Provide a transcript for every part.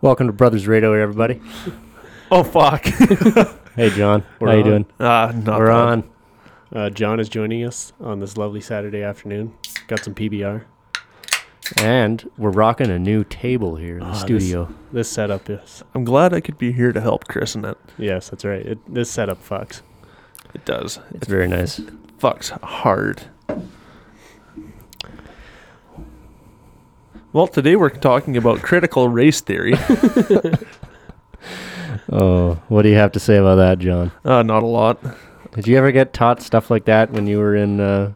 Welcome to Brothers Radio, everybody. Oh fuck. Hey, John. We're How you on. doing? Ah, not We're bad. on. Uh, John is joining us on this lovely Saturday afternoon. Got some PBR. And we're rocking a new table here in the Ah, this- studio. This setup is. I'm glad I could be here to help christen it. Yes, that's right. It, this setup fucks. It does. It's very nice. It fucks hard. Well, today we're talking about critical race theory. Oh, what do you have to say about that, John? Uh, not a lot. Did you ever get taught stuff like that when you were in, uh,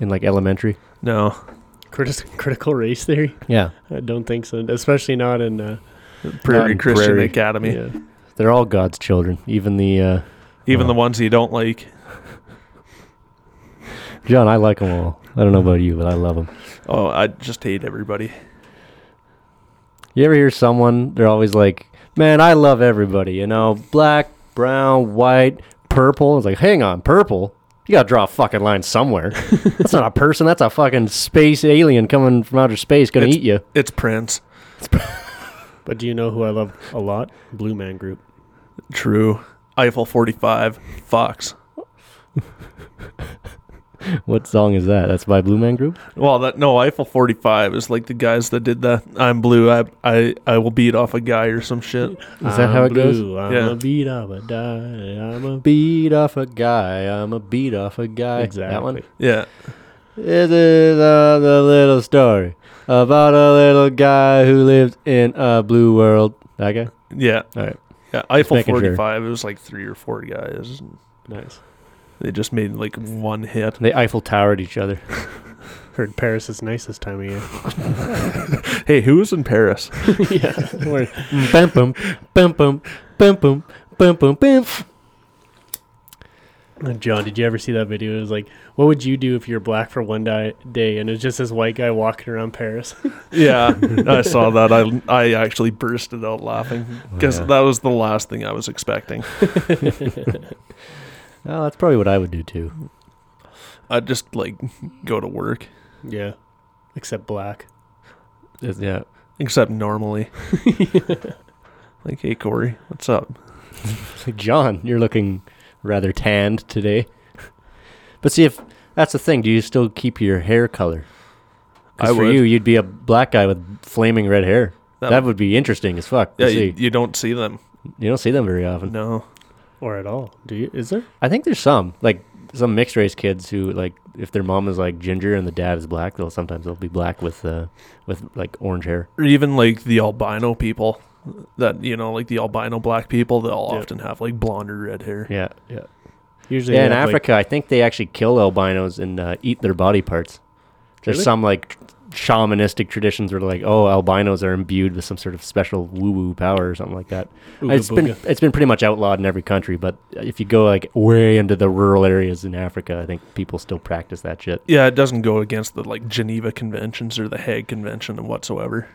in like elementary? No, Critic- critical race theory? Yeah, I don't think so. Especially not in. Uh, Prairie in Christian Prairie. Academy. yeah. they're all God's children. Even the uh, Even Oh. the ones you don't like. John, I like them all. I don't know about you, but I love them. Oh, I just hate everybody. You ever hear someone? They're always like, "Man, I love everybody." You know, black, brown, white, purple. It's like, hang on, purple. You gotta draw a fucking line somewhere. that's not a person. That's a fucking space alien coming from outer space, gonna It's- eat you. It's Prince. But do you know who I love a lot? Blue Man Group. True. Eiffel 45. Fox. What song is that? That's by Blue Man Group. Well, that no Eiffel 45 is like the guys that did the I'm blue. I I I will beat off a guy or some shit. Is that how it goes? blue, I'm Yeah. a beat, I'm a die, I'm a Beat off a guy. I'm a beat off a guy. Exactly. That one. Yeah. It is another little story about a little guy who lives in a blue world. That guy. Yeah. All right. Yeah, Eiffel making sure. 45. It was like three or four guys. Nice. They just made like one hit. They Eiffel Towered each other. Heard Paris is nice this time of year. Hey, who was in Paris? yeah. Word. bum bum bum bum bum bum bum bum bum. Uh, John, did you ever see that video? It was like, what would you do if you're black for one di- day? And it's just this white guy walking around Paris. yeah, I saw that. I I actually bursted out laughing because that was the last thing I was expecting. Oh, that's probably what I would do too. I'd just like go to work, yeah. Except black. yeah. except normally. like, hey Corey, what's up? John, you're looking rather tanned today. But see if that's the thing, do you still keep your hair color? 'Cause I for would. you, you'd be a black guy with flaming red hair. That, would be interesting as fuck to yeah, see. you, You, you don't see them. don't see them very often. No, Or at all. Do you? Is there? I think there's some like some mixed race kids who like if their mom is like ginger and the dad is black, they'll sometimes they'll be black with uh with like orange hair. or even like the albino people. That you know, like the albino black people, they'll Yeah. often have like blonde or red hair. Yeah. Usually Yeah, in they have, like- Africa, I think they actually kill albinos and uh, eat their body parts. There's Really? some like tr- shamanistic traditions where like, oh, albinos are imbued with some sort of special woo-woo power or something like that. Ooga it's been booga. it's been pretty much outlawed in every country, but if you go like way into the rural areas in Africa, I think people still practice that shit. Yeah, it doesn't go against the like Geneva conventions or the Hague convention and whatsoever.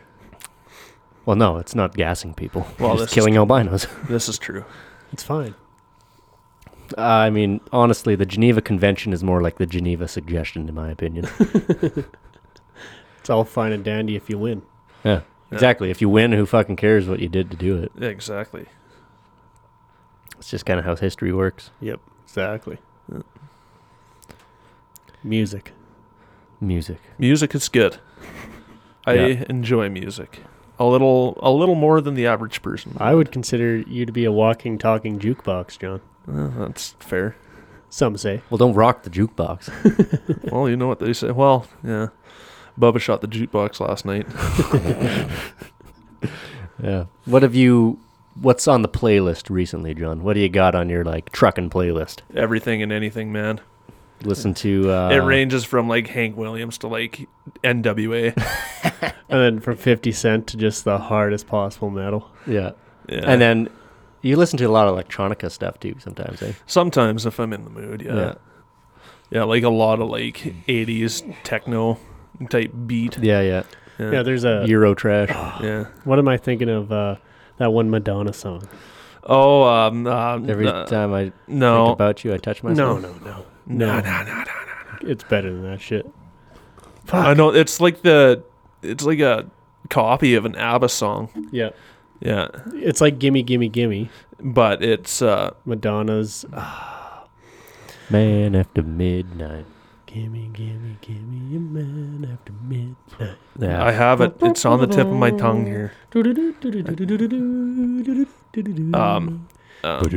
Well, no, it's not gassing people. Well, Well, this just is- killing albinos. This is true. It's fine. Uh, I mean, honestly, the Geneva Convention is more like the Geneva Suggestion, in my opinion. It's all fine and dandy if you win. yeah, exactly. If you win, who fucking cares what you did to do it? Yeah, exactly. It's just kind of how history works. Yep. Exactly. Yeah. Music. Music. Music is good. I Yeah. enjoy music. A little a little more than the average person. I would consider you to be a walking, talking jukebox, John. Uh, that's fair. Some say. Well, don't rock the jukebox. well, you know what they say. Well, yeah. Bubba shot the jukebox last night. yeah. What have you? What's on the playlist recently, John? What do you got on your like trucking playlist? Everything and anything, man. Listen to. Uh, it ranges from like Hank Williams to like NWA. And then from 50 Cent to just the hardest possible metal. Yeah. Yeah. And then you listen to a lot of electronica stuff too sometimes. Eh? sometimes if I'm in the mood, yeah. Yeah. Yeah, like a lot of like 80s techno type beat. Yeah, yeah. Yeah, there's uh, a. Euro trash. Yeah. What am I thinking of? Uh, that one Madonna song. Oh, um, um Every uh, time I think no, about you, I touch myself. no, No, no. no, no, No. no, no. It's better than that shit. I know it's like the, it's like a copy of an ABBA song. Yeah. Yeah. It's like Gimme, Gimme, Gimme. But it's uh Madonna's Man after midnight. Gimme, Gimme, Gimme, a man after midnight. Yeah. I have it. It's on the tip of my tongue here. Um, um,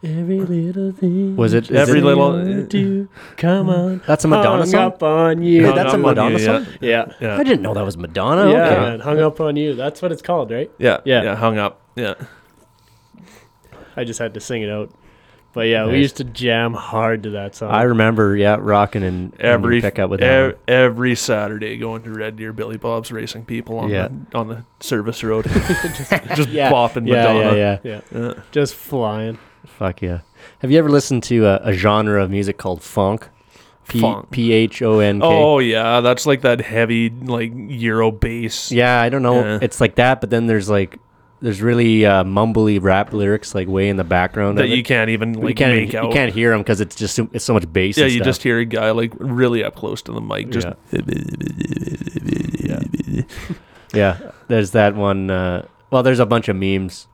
Every little thing. Was it- is every it- little? Do, come on. That's Oh, a Madonna hung song? up on you. Yeah, that's a I'm with Madonna you, song? yeah. Yeah. I didn't know that was Madonna. yeah, Okay. man, hung up on you. That's what it's called, right? Yeah, Yeah. yeah, hung up. Yeah, I just had to sing it out. But yeah, we Nice. used to jam hard to that song. I remember, yeah, rocking and every pickup with ev- that. every Saturday going to Red Deer Billy Bob's racing people on Yeah. the on the service road, just, just Yeah. bopping yeah, Madonna. yeah, yeah. yeah, Uh, just flying. Fuck yeah. Have you ever listened to a, a genre of music called funk? P Funk. P H O N K. Oh yeah, that's like that heavy like Euro bass. Yeah, I don't know. Yeah. It's like that, but then there's like there's really uh, mumbly rap lyrics like way in the background that of you it. can't even But like you can't make out. you can't hear them because it's just so- it's so much bass. yeah, and you stuff. just hear a guy like really up close to the mic. Just yeah. There's that one. Uh, well, there's a bunch of memes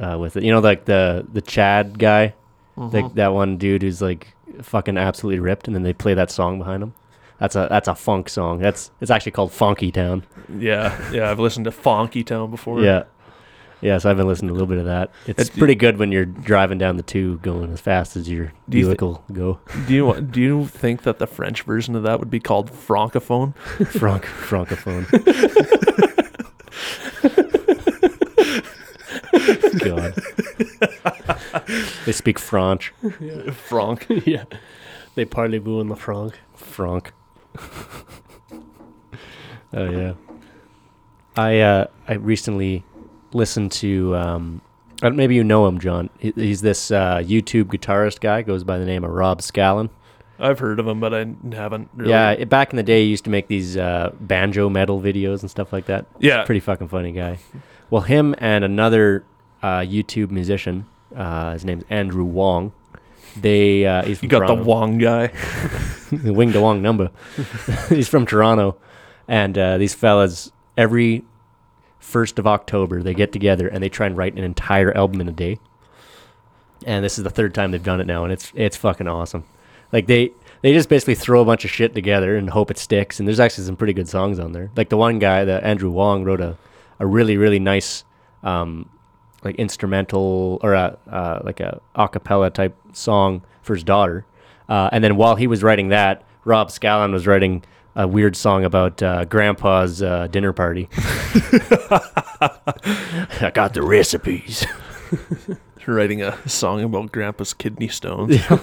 uh, with it. You know, like the the Chad guy, like that one dude who's like fucking absolutely ripped, and then they play that song behind him. That's a that's a funk song. That's it's actually called Funky Town. yeah, yeah. I've listened to Fonky Town before. Yeah. Yeah, so I've been listening to a little bit of that. It's It- pretty good when you're driving down the two going as fast as your Do you thi- vehicle go. Do you do you think that the French version of that would be called francophone? Franc francophone. God. they speak French. Franc. yeah, they parlez-vous in the franc. Franc. oh yeah. I uh I recently listened to um I don't- maybe you know him, John. He- He's this uh, YouTube guitarist guy, goes by the name of Rob Scallon. I've heard of him, but I haven't. Really. Yeah, it, back in the day, he used to make these uh, banjo metal videos and stuff like that. yeah. Pretty fucking funny guy. Well, him and another uh, YouTube musician, uh, his name's Andrew Wong. They uh, he's You from got Toronto. the Wong guy. the wing to wong number. He's from Toronto, and uh, these fellas every first of October they get together and they try and write an entire album in a day. And this is the third time they've done it now, and it's it's fucking awesome. Like they they just basically throw a bunch of shit together and hope it sticks. And there's actually some pretty good songs on there. Like the one guy, the Andrew Wong, wrote a a really really nice. Um, like instrumental or a, uh, like a acapella type song for his daughter, uh, and then while he was writing that, Rob Scallon was writing a weird song about uh, Grandpa's uh, dinner party. I got the recipes. Writing a song about Grandpa's kidney stones. Oh,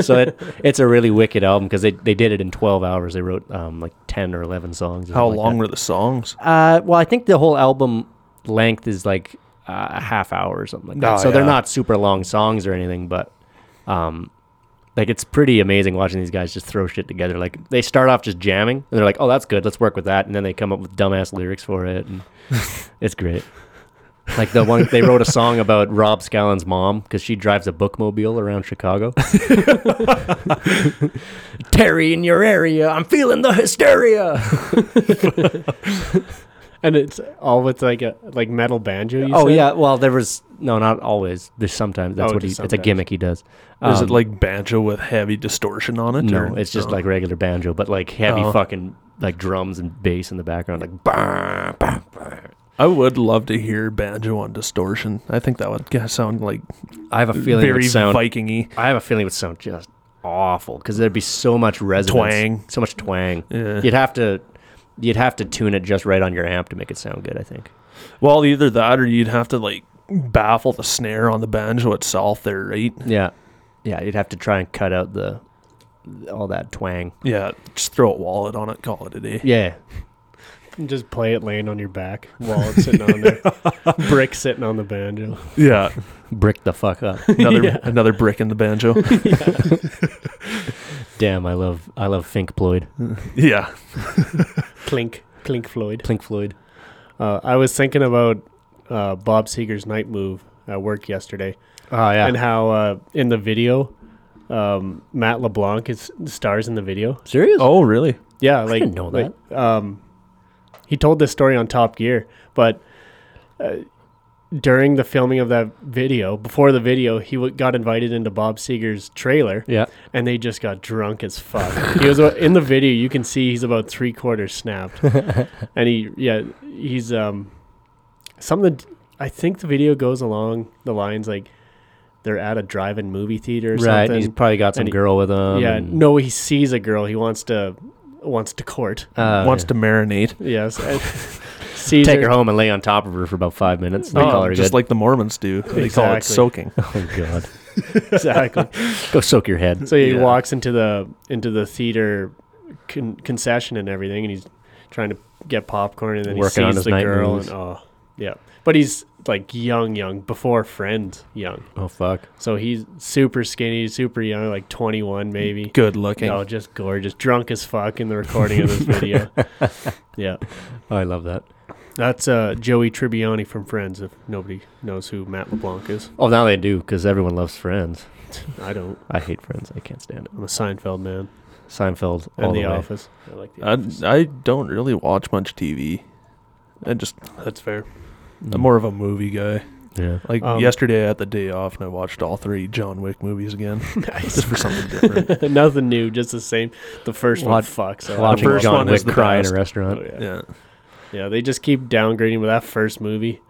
so it, it's a really wicked album because they, they did it in 12 hours. They wrote um, like 10 or 11 songs. or How something like long that. were the songs? Uh, well, I think the whole album length is like uh, a half hour or something like that. Oh, so they're yeah. not super long songs or anything, but um, like it's pretty amazing watching these guys just throw shit together. Like they start off just jamming, and they're like, "Oh, that's good. Let's work with that," and then they come up with dumbass lyrics for it, and it's great. Like the one they wrote a song about Rob Scallon's mom because she drives a bookmobile around Chicago. Terry in your area, I'm feeling the hysteria. And it's all with like a like metal banjo. You Oh said? yeah, well there was no, not always. There's sometimes that's Oh, what he. just It's a sometimes. gimmick he does. Is Um, it like banjo with heavy distortion on it? no? or- It's just no? like regular banjo, but like heavy Oh. fucking like drums and bass in the background, like bah, bah, bah. I would love to hear banjo on distortion. I think that would g- sound like I have a feeling it very would sound. Vikingy. I have a feeling it would sound just awful because there'd be so much resonance, Twang. Eh. so much twang. Yeah. You'd have to, you'd have to tune it just right on your amp to make it sound good. I think. Well, either that or you'd have to like baffle the snare on the banjo itself. There, right? Yeah, yeah. You'd have to try and cut out the all that twang. Yeah, just throw a wallet on it. Call it a day. Yeah, And just play it laying on your back, wallet sitting on there, brick sitting on the banjo. Yeah, brick the fuck up. another Yeah. another brick in the banjo. Damn, I love I love Fink Floyd. yeah, Clink, clink, Floyd. Plink Floyd. Uh, I was thinking about uh, Bob Seger's night move at work yesterday, Oh and how uh, in the video, um, Matt LeBlanc is stars in the video. serious? Oh, really? Yeah, like didn't know like, um, He told this story on Top Gear, but uh, during the filming of that video, before the video, he w- got invited into Bob Seger's trailer, Yeah. and they just got drunk as fuck. he was a- in the video. You can see he's about three quarters snapped, and he yeah he's um something. I think the video goes along the lines like they're at a drive-in movie theater or Right. um, something. He's probably got some and he- girl with him. yeah, and- no, he sees a girl. He wants to wants to court. Oh, Wants yeah. to marinate. Yes, and sees take her home and lay on top of her for about five minutes. They call Oh, her just good. like the Mormons do. They call Exactly. it soaking. oh god, exactly. go soak your head. So he Yeah. walks into the into the theater con- concession and everything, and he's trying to get popcorn, and then Working he on sees his the night girl, moves. and oh, yeah. But he's like young, young before friend, young. Oh fuck. So he's super skinny, super young, like twenty one maybe. Good looking. Oh, just gorgeous, drunk as fuck in the recording of this video. yeah, Oh, I love that. that's uh, Joey Tribbiani from Friends. If nobody knows who Matt LeBlanc is, Oh, now they do because everyone loves Friends. I don't. I hate Friends. I can't stand it. I'm a Seinfeld man, Seinfeld all and the, The way. Office. I like The I, Office. I don't really watch much TV. I just That's fair. I'm more of a movie guy. Yeah. Like Um, yesterday, I had the day off, and I watched all three John Wick movies again, nice. just for something different. Nothing new, just the same. The first one Watch- fucks. up. Watching The first John one is Wick the cry best. in a Oh, restaurant. yeah. yeah, yeah, they just keep downgrading with that first movie.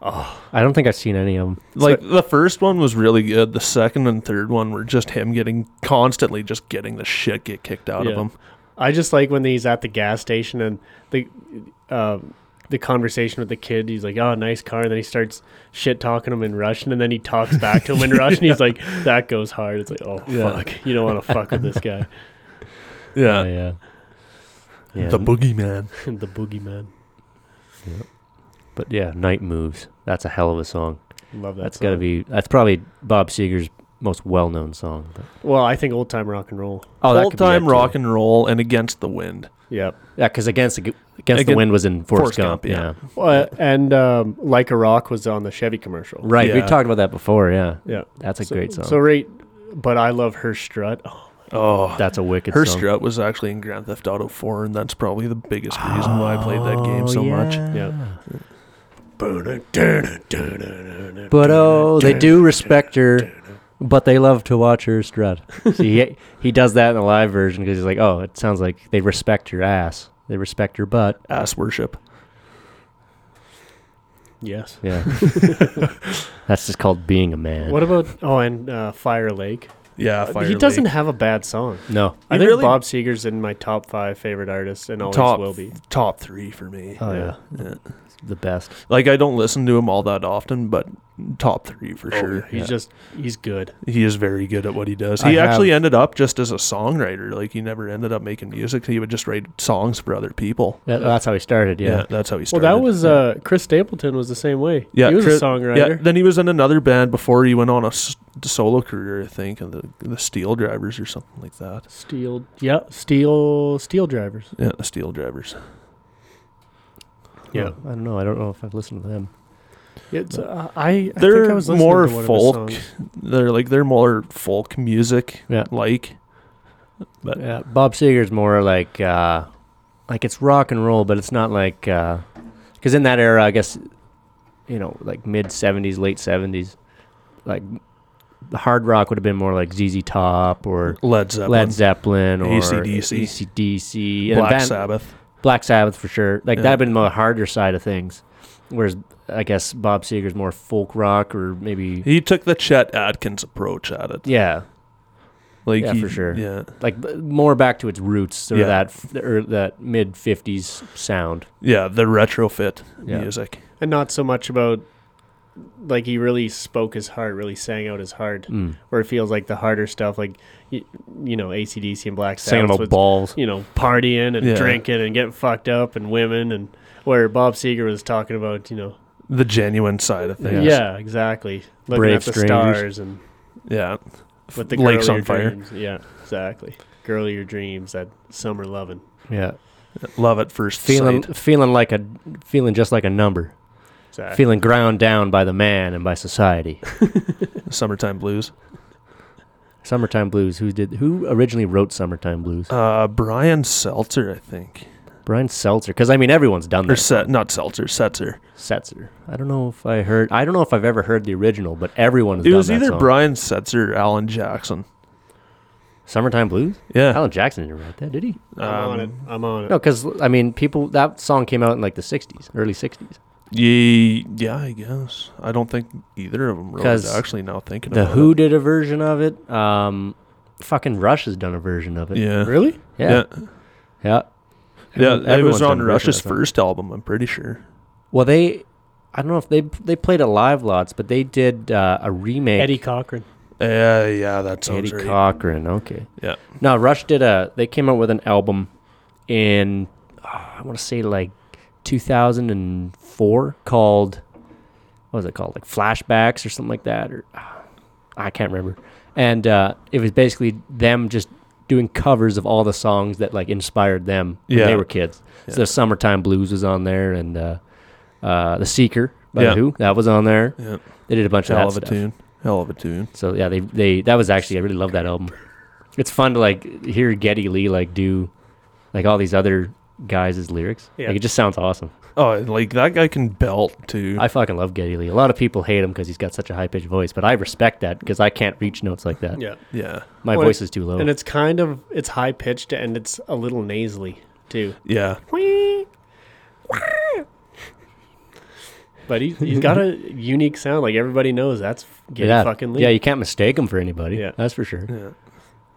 I don't think I've seen any of them. like the first one was really good. The second and third one were just him getting constantly just getting the shit get kicked out of Yeah. him. I just like when he's at the gas station and the uh, the conversation with the kid. He's like, "Oh, nice car," and then he starts shit talking him in Russian, and then he talks back to him in Russian. He's like, "That goes hard." It's like, "Oh Yeah. fuck, you don't want to fuck with this guy." Yeah, Oh, yeah. Yeah. the boogeyman. the boogeyman. but yeah, Night Moves. That's a hell of a song. Love that. That's song. gotta be. That's probably Bob Seger's most well-known song. but- Well, I think old time rock and roll. Oh, that Old could be it, time too. rock and roll and against the wind. Yep. Yeah, because against, the Gu- against the Again- wind was in Forrest, Forrest Gump, Gump. yeah. yeah. Well, and um, like a rock was on the Chevy commercial. Right. We Yeah. talked about that before. Yeah. Yeah. That's a so, great song. So right, but I love her strut. Oh, Oh, that's a wicked her song. strut was actually in Grand Theft Auto 4, and that's probably the biggest reason why I played that game Oh, so much. Yeah. But oh, they do respect her, but they love to watch her strut. So he, he does that in the live version because he's like, oh, it sounds like they respect your ass. They respect your butt. Ass worship. yes. Yeah. That's just called being a man. What about oh, and uh, Fire Lake? Yeah, Uh, Fire he doesn't have a bad song. no. I He think really- Bob Seger's in my top five favorite artists, and always top will be. top three for me. Oh, yeah. Yeah. The best. Like I don't listen to him all that often, but top three Oh, for sure. Oh, He's just he's good. He is very good at what he does. I He have- actually ended up just as a songwriter. Like he never ended up making music. He would just write songs for other people. That, that's how he started, yeah. that's how he started. Well, that was uh, Chris Stapleton was the same way. Yeah, he was Chris- a Yeah, songwriter. then he was in another band before he went on a s- solo career, I think, and the the Steel Drivers or something like that. Steel, yeah, steel, steel drivers. Yeah, the Steel Drivers. Yeah. Oh, I don't know. I don't know if I've listened to them. It's uh, I, I They're think I was listening more to one of his folk. songs. They're like they're more folk music, Yeah. like But- Yeah, Bob Seger's more like uh, like it's rock and roll, but it's not like because in that era, I guess you know, like mid '70s, late '70s, like the hard rock would have been more like ZZ Top or Led Zeppelin, Led Zeppelin or AC/DC. AC/DC, and Black Van- Sabbath. Black Sabbath for sure. Like Yeah. that'd been the harder side of things, whereas I guess Bob Seger's more folk rock or maybe He took the Chet Atkins approach at it. yeah, Like Yeah, he- for sure. Yeah, like b- more back to its roots, sort Yeah. of that f- or that mid '50s sound. yeah, the retrofit Yeah. music. and not so much about like he really spoke his heart, really sang out his heart, Mm. or it feels like the harder stuff, like you, you know, ACDC and Black Singing Sabbath, about was, balls. you know, partying and Yeah. drinking and getting fucked up and women, and where Bob Seger was talking about, you know, The genuine side of Yeah. things. yeah, exactly, looking Brave at the strangers. stars and yeah. with the Lakes girl of on your fire. dreams. yeah, exactly, girl of your dreams, that summer loving, Yeah, Love at first feeling sight. feeling like a feeling just like a number, exactly. feeling ground down by the man and by society. Summertime blues. Summertime blues. Who did? Who originally wrote Summertime blues? Uh, Brian Uh, Seltzer, I think. Brian Seltzer, because I mean everyone's done Or this. set, not Seltzer, Setzer. Setzer. I don't know if I heard. I don't know if I've ever heard the original, but everyone has It done was that either song. Brian Setzer or Alan Jackson. Summertime Blues. Yeah. Alan Jackson didn't write that, did he? I'm on it. Um, I'm on it. No, because I mean, people that song came out in like the '60s, early '60s. ye- yeah, I guess. I don't think either of them really. 'Cause Actually, now thinking The about Who it. did a version of it. Um, fucking Rush has done a version of it. Yeah. Really? yeah, yeah. Yeah, Everyone- it was everyone's done on a version Rush's of that song. first album, I'm pretty sure. Well, they, I don't know if they they played it live lots, but they did uh, a remake. Eddie Cochran. Yeah, yeah, that sounds Eddie right. Cochran. Okay. Yeah. No, Rush did a. They came out with an album in ah, I want to say like 2004 called what was it called like flashbacks or something like that or ah, I can't remember. And uh, it was basically them just doing covers of all the songs that like inspired them when they Yeah. were kids. Yeah. So the summertime blues was on there and uh, uh, the seeker by Yeah. The who that was on there. Yeah. They did a bunch of Hell of a that stuff. tune. Hell of a tune. So yeah, they they that was actually I really love that album. It's fun to like hear Getty Lee like do like all these other guys' lyrics. Yeah. Like it just sounds awesome. Oh, like that guy can belt too. I fucking love Getty Lee. A lot of people hate him because he's got such a high pitched voice, but I respect that because I can't reach notes like that. Yeah. yeah. My Well, voice is too low. And it's kind of it's high pitched and it's a little nasally too. Yeah. But he's, he's got a unique sound. Like everybody knows that's Getty yeah, fucking Lee. yeah, you can't mistake him for anybody. Yeah. that's for sure. Yeah.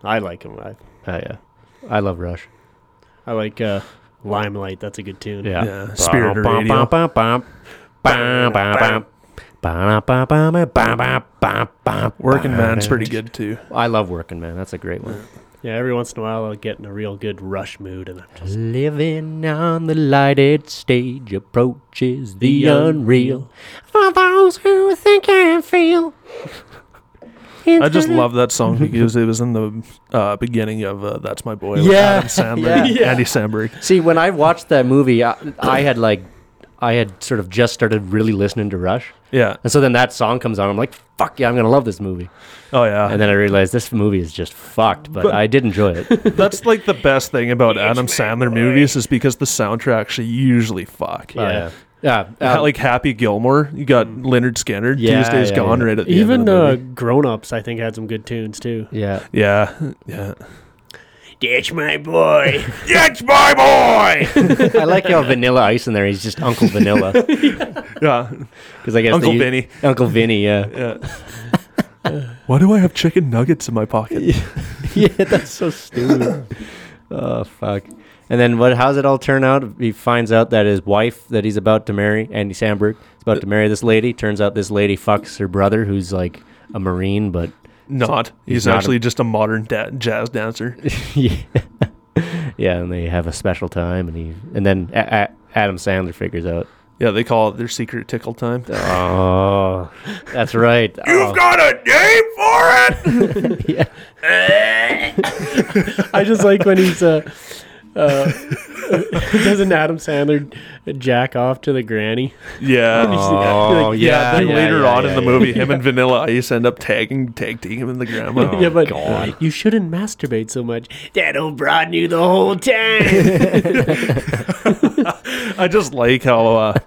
I like him. I, Uh, yeah, I love Rush. I like uh, Limelight. That's a good tune. Yeah, Yeah. Spirit Bum, Radio. bum, bum, bum, bum, bum, bum, bum, bum, bum, bum, bum, bum, bum, Working bum. Man's pretty good too. I love Working Man. That's a great one. Yeah, every once in a while I'll get in a real good rush mood and I'm just Living on the lighted stage approaches the, unreal. For those who think and feel. I just love that song because it was in the uh, beginning of uh, "That's My Boy" with Yeah. Adam Sandler, Yeah. and Andy Samberg. See, when I watched that movie, I, I had like, I had sort of just started really listening to Rush, Yeah. and so then that song comes on. I'm like, fuck yeah, I'm gonna love this movie. Oh yeah. And then I realized this movie is just fucked, but, But- I did enjoy it. That's like the best thing about Adam Sandler movies is because the soundtracks usually fuck. Oh, yeah, yeah. Ha- uh, like Happy Gilmore, you got Leonard Skinner. Yeah, Tuesday's yeah, gone yeah. right at the end. even of the uh, movie. grown ups I think had some good tunes too. yeah. Yeah, yeah. That's my boy. It's my boy. I like how Vanilla Ice in there. He's just Uncle Vanilla yeah, because I guess Uncle they- Vinny. Uncle Vinny. Yeah. Yeah. Why do I have chicken nuggets in my pocket? yeah, that's so stupid. oh fuck. And then what? How's it all turn out? He finds out that his wife that he's about to marry, Andy Samberg, is about to marry this lady. Turns out this lady fucks her brother, who's like a marine, but Not. He's, not a- actually just a modern da- jazz dancer. yeah, yeah. And they have a special time, and he and then a- a- Adam Sandler figures out. Yeah, they call it their secret tickle time. Uh, Oh, that's right. Oh, got a name for it. yeah. I just like when he's uh, uh, doesn't Adam Sandler jack off to the granny? yeah. Oh, yeah, then later yeah, on yeah, in the yeah. movie, him and Vanilla Ice end up tagging, tag teaming the grandma. Oh, yeah, but God. you shouldn't masturbate so much. That old broad knew the whole time. I just like how, uh,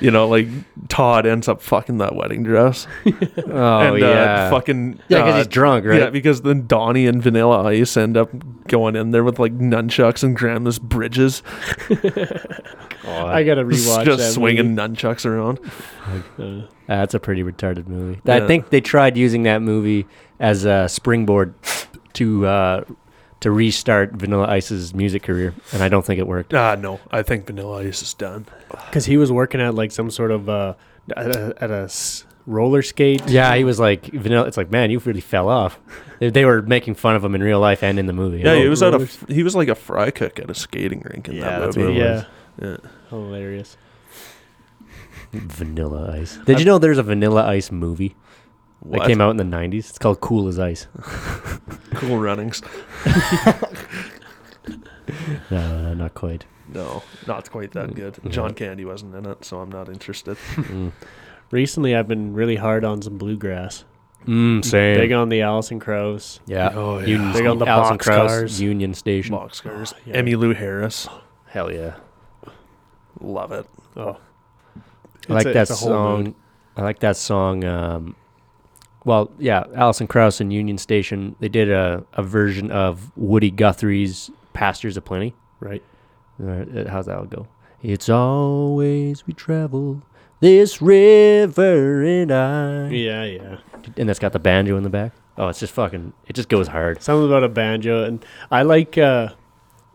you know, like Todd ends up fucking that wedding dress. Oh, and, yeah. Uh, fucking. yeah, because uh, he's drunk, right? Yeah, because then Donnie and Vanilla Ice end up going in there with like nunchucks and grandma's bridges, God. I gotta rewatch that. just swinging nunchucks around. movie. Uh, Uh, That's a pretty retarded movie. I Yeah. think they tried using that movie as a springboard to uh, to restart Vanilla Ice's music career, and I don't think it worked. Ah, no, I think Vanilla Ice is done. Because he was working at like some sort of uh, at a, at a s- roller skate. Yeah, he was like Vanilla. It's like, man, you really fell off. They, they were making fun of him in real life and in the movie. Yeah, he was at a rollers. he was like a fry cook at a skating rink in Yeah, that that's what movie. it yeah. Yeah. Hilarious. Oh, Vanilla Ice. Did you know there's a Vanilla Ice movie that What? came out in the '90s? It's called Cool as Ice. Cool runnings. No, no, not quite. No, not quite that Mm-hmm. good. John Candy wasn't in it, so I'm not interested. Mm, Recently, I've been really hard on some bluegrass. mm same. Big on the Allison Crows. yeah. Oh, yeah. Union, They got the Alison Krauss, boxcars. Union Station. Boxcars. Yeah. Emmy Lou Harris. Hell yeah. Love it. Oh, It's I like a- that it's a whole mood. song. I like that song. Um, well, yeah, Alison Krauss and Union Station. They did a, a version of Woody Guthrie's "Pastures of Plenty." right? Uh, How's that go? It's always we travel this river and I. Yeah, yeah. And that's got the banjo in the back. Oh, it's just fucking. It just goes hard. Something about a banjo, and I like uh,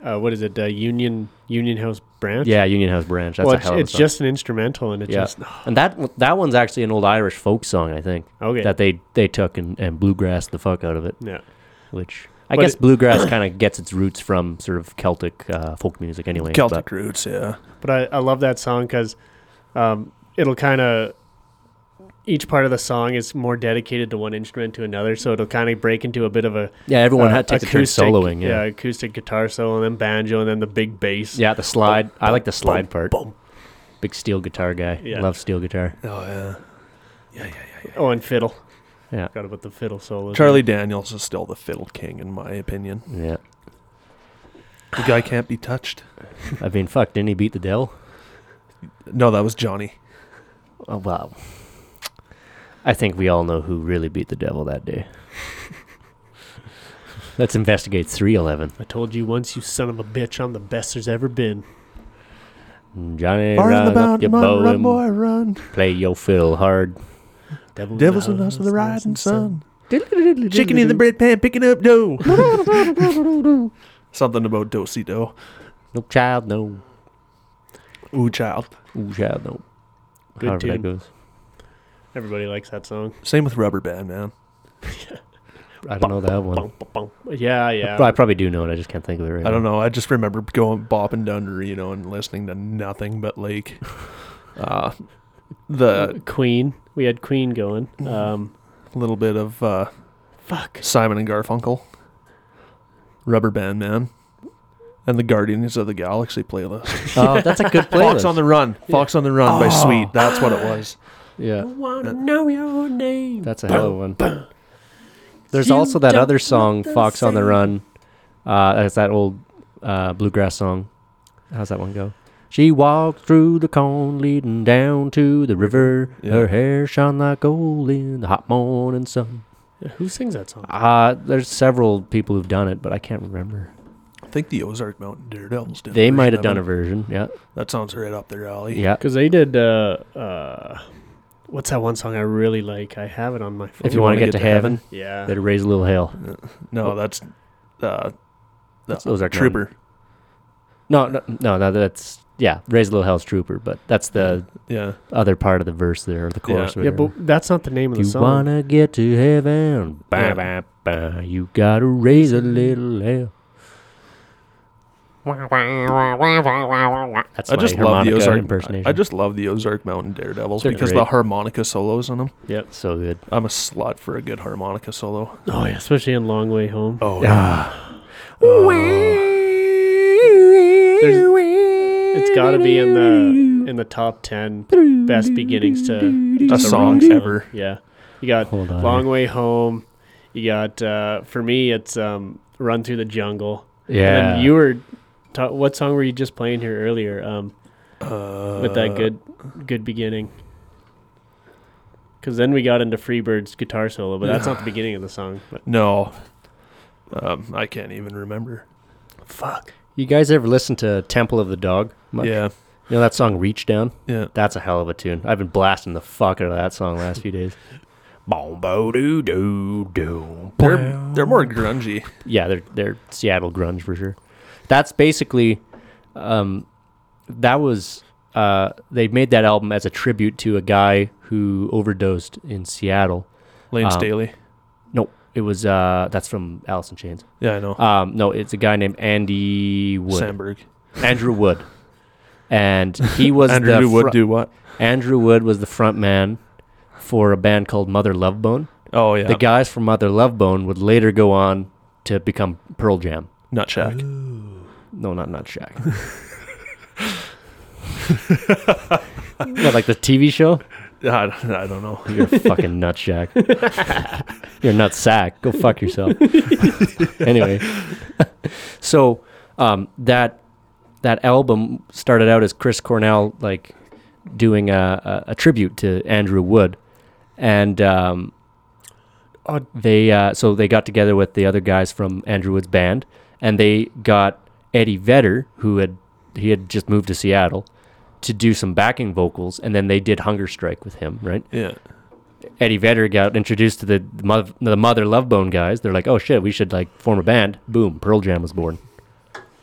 uh what is it? Uh, Union Union House Branch. Yeah, Union House Branch. That's well, a it's, hell of a it's song. just an instrumental, and it Yeah. just and that one- that one's actually an old Irish folk song, I think. okay. That they they took and, and bluegrassed the fuck out of it. yeah, which I But guess it- bluegrass kind of gets its roots from sort of Celtic uh, folk music anyway. Celtic roots, yeah. but I, I love that song because um, it'll kind of each part of the song is more dedicated to one instrument to another, so it'll kind of break into a bit of a But yeah, everyone uh, had takes a turn soloing. Yeah. yeah, acoustic guitar solo, and then banjo, and then the big bass. the slide. I like the slide part. Boom. Big steel guitar guy. Yeah. Love steel guitar. Oh yeah. Yeah, yeah, yeah. Oh, and fiddle. Yeah. Forgot about the fiddle solo. Charlie Daniels is still the fiddle king, in my opinion. Yeah, The guy can't be touched. I mean, fuck, didn't he beat the devil? No, that was Johnny. Oh, wow. I think we all know who really beat the devil that day. Let's investigate 311. I told you once, you son of a bitch, I'm the best there's ever been. Johnny, run up your bow and run. play your fiddle hard. Devil's, Devil's in us with the rising sun. Chicken in the bread. bread pan, picking up dough. Something about do si do. No child, no Ooh, child. Ooh, yeah, no. Good However that tune. goes. Everybody likes that song. Same with Rubber Band, man. I don't know that one. Bum, bum, bum. Yeah, I yeah. prob- I probably do know it. I just can't think of it right I don't now. know. I just remember going bopping down to Reno and listening to nothing but like uh, uh, the Queen. We had Queen going. Um, little bit of uh, fuck. Simon and Garfunkel, Rubber Band, man, and the Guardians of the Galaxy playlist. Oh, that's a good Fox playlist. Oh. on the Run, Fox on the Run by Sweet. That's what it was. yeah, wanna know your name. Uh, that's a hell of a one. There's also that other song, Fox on the Run. Uh, that's that old uh, bluegrass song. How's that one go? She walked through the cone leading down to the river. Yeah. Her hair shone like gold in the hot morning sun. Yeah, who sings that song? Uh, there's several people who've done it, but I can't remember. I think the Ozark Mountain Daredevils did. a They version might have of done it. a version. Yeah. That sounds right up their alley. Yeah. Because they did. Uh, uh, what's that one song I really like? I have it on my phone. If you want to get to heaven, Yeah. better raise a little hell. No, that's uh, That's Ozark Mountain. Trooper. No, no, no, no, that's yeah. Raise a little hell's trooper, but that's the Yeah. other part of the verse there, or the chorus. or yeah, whatever. but that's not the name of if the you song. wanna get to heaven, bah, Yeah. bah, bah, you gotta raise a little hell. That's I just my love the harmonica Ozark. impersonation. I just love the Ozark Mountain Daredevils They're because great. the harmonica solos in them. Yep. so good. I'm a slut for a good harmonica solo. Oh yeah, especially in Long Way Home. Oh, Uh, It's got to be in the in the top ten best beginnings to a to song rock ever. Yeah, you got Hold on. Long Way Home. You got uh, for me, it's um, Run Through the Jungle. yeah. and then you were. Ta- what song were you just playing here earlier? Um, Uh, with that good good beginning. Because then we got into Freebird's guitar solo, but that's not the beginning of the song. But No, um, I can't even remember. fuck, you guys ever listen to Temple of the Dog? much? Yeah, You know that song Reach Down? yeah. That's a hell of a tune. I've been blasting the fuck out of that song last few days. Boom, bo, doo, doo, doo. They're they're more grungy. Yeah, they're they're Seattle grunge for sure. That's basically, um, that was uh, they made that album as a tribute to a guy who overdosed in Seattle. Lane Um, Staley. No, it was uh, that's from Alice in Chains. Yeah, I know. Um, no, it's a guy named Andy Wood, Sandberg. Andrew Wood, and he was Andrew the do what? fro- Do what? Andrew Wood was the front man for a band called Mother Love Bone. Oh yeah. The guys from Mother Love Bone would later go on to become Pearl Jam. Nutshack. No, not not Shaq. Yeah, like the TV show. I, don't- I don't know. You're a fucking nut Shack. You're a nut sack. Go fuck yourself. anyway, so um, that that album started out as Chris Cornell like doing a, a, a tribute to Andrew Wood, and um, Oh. they uh, so they got together with the other guys from Andrew Wood's band, and they got Eddie Vedder, who had he had just moved to Seattle, to do some backing vocals, and then they did Hunger Strike with him, right? Yeah. Eddie Vedder got introduced to the the mother, the mother Love Bone guys. They're like, oh shit, we should like form a band. Boom, Pearl Jam was born.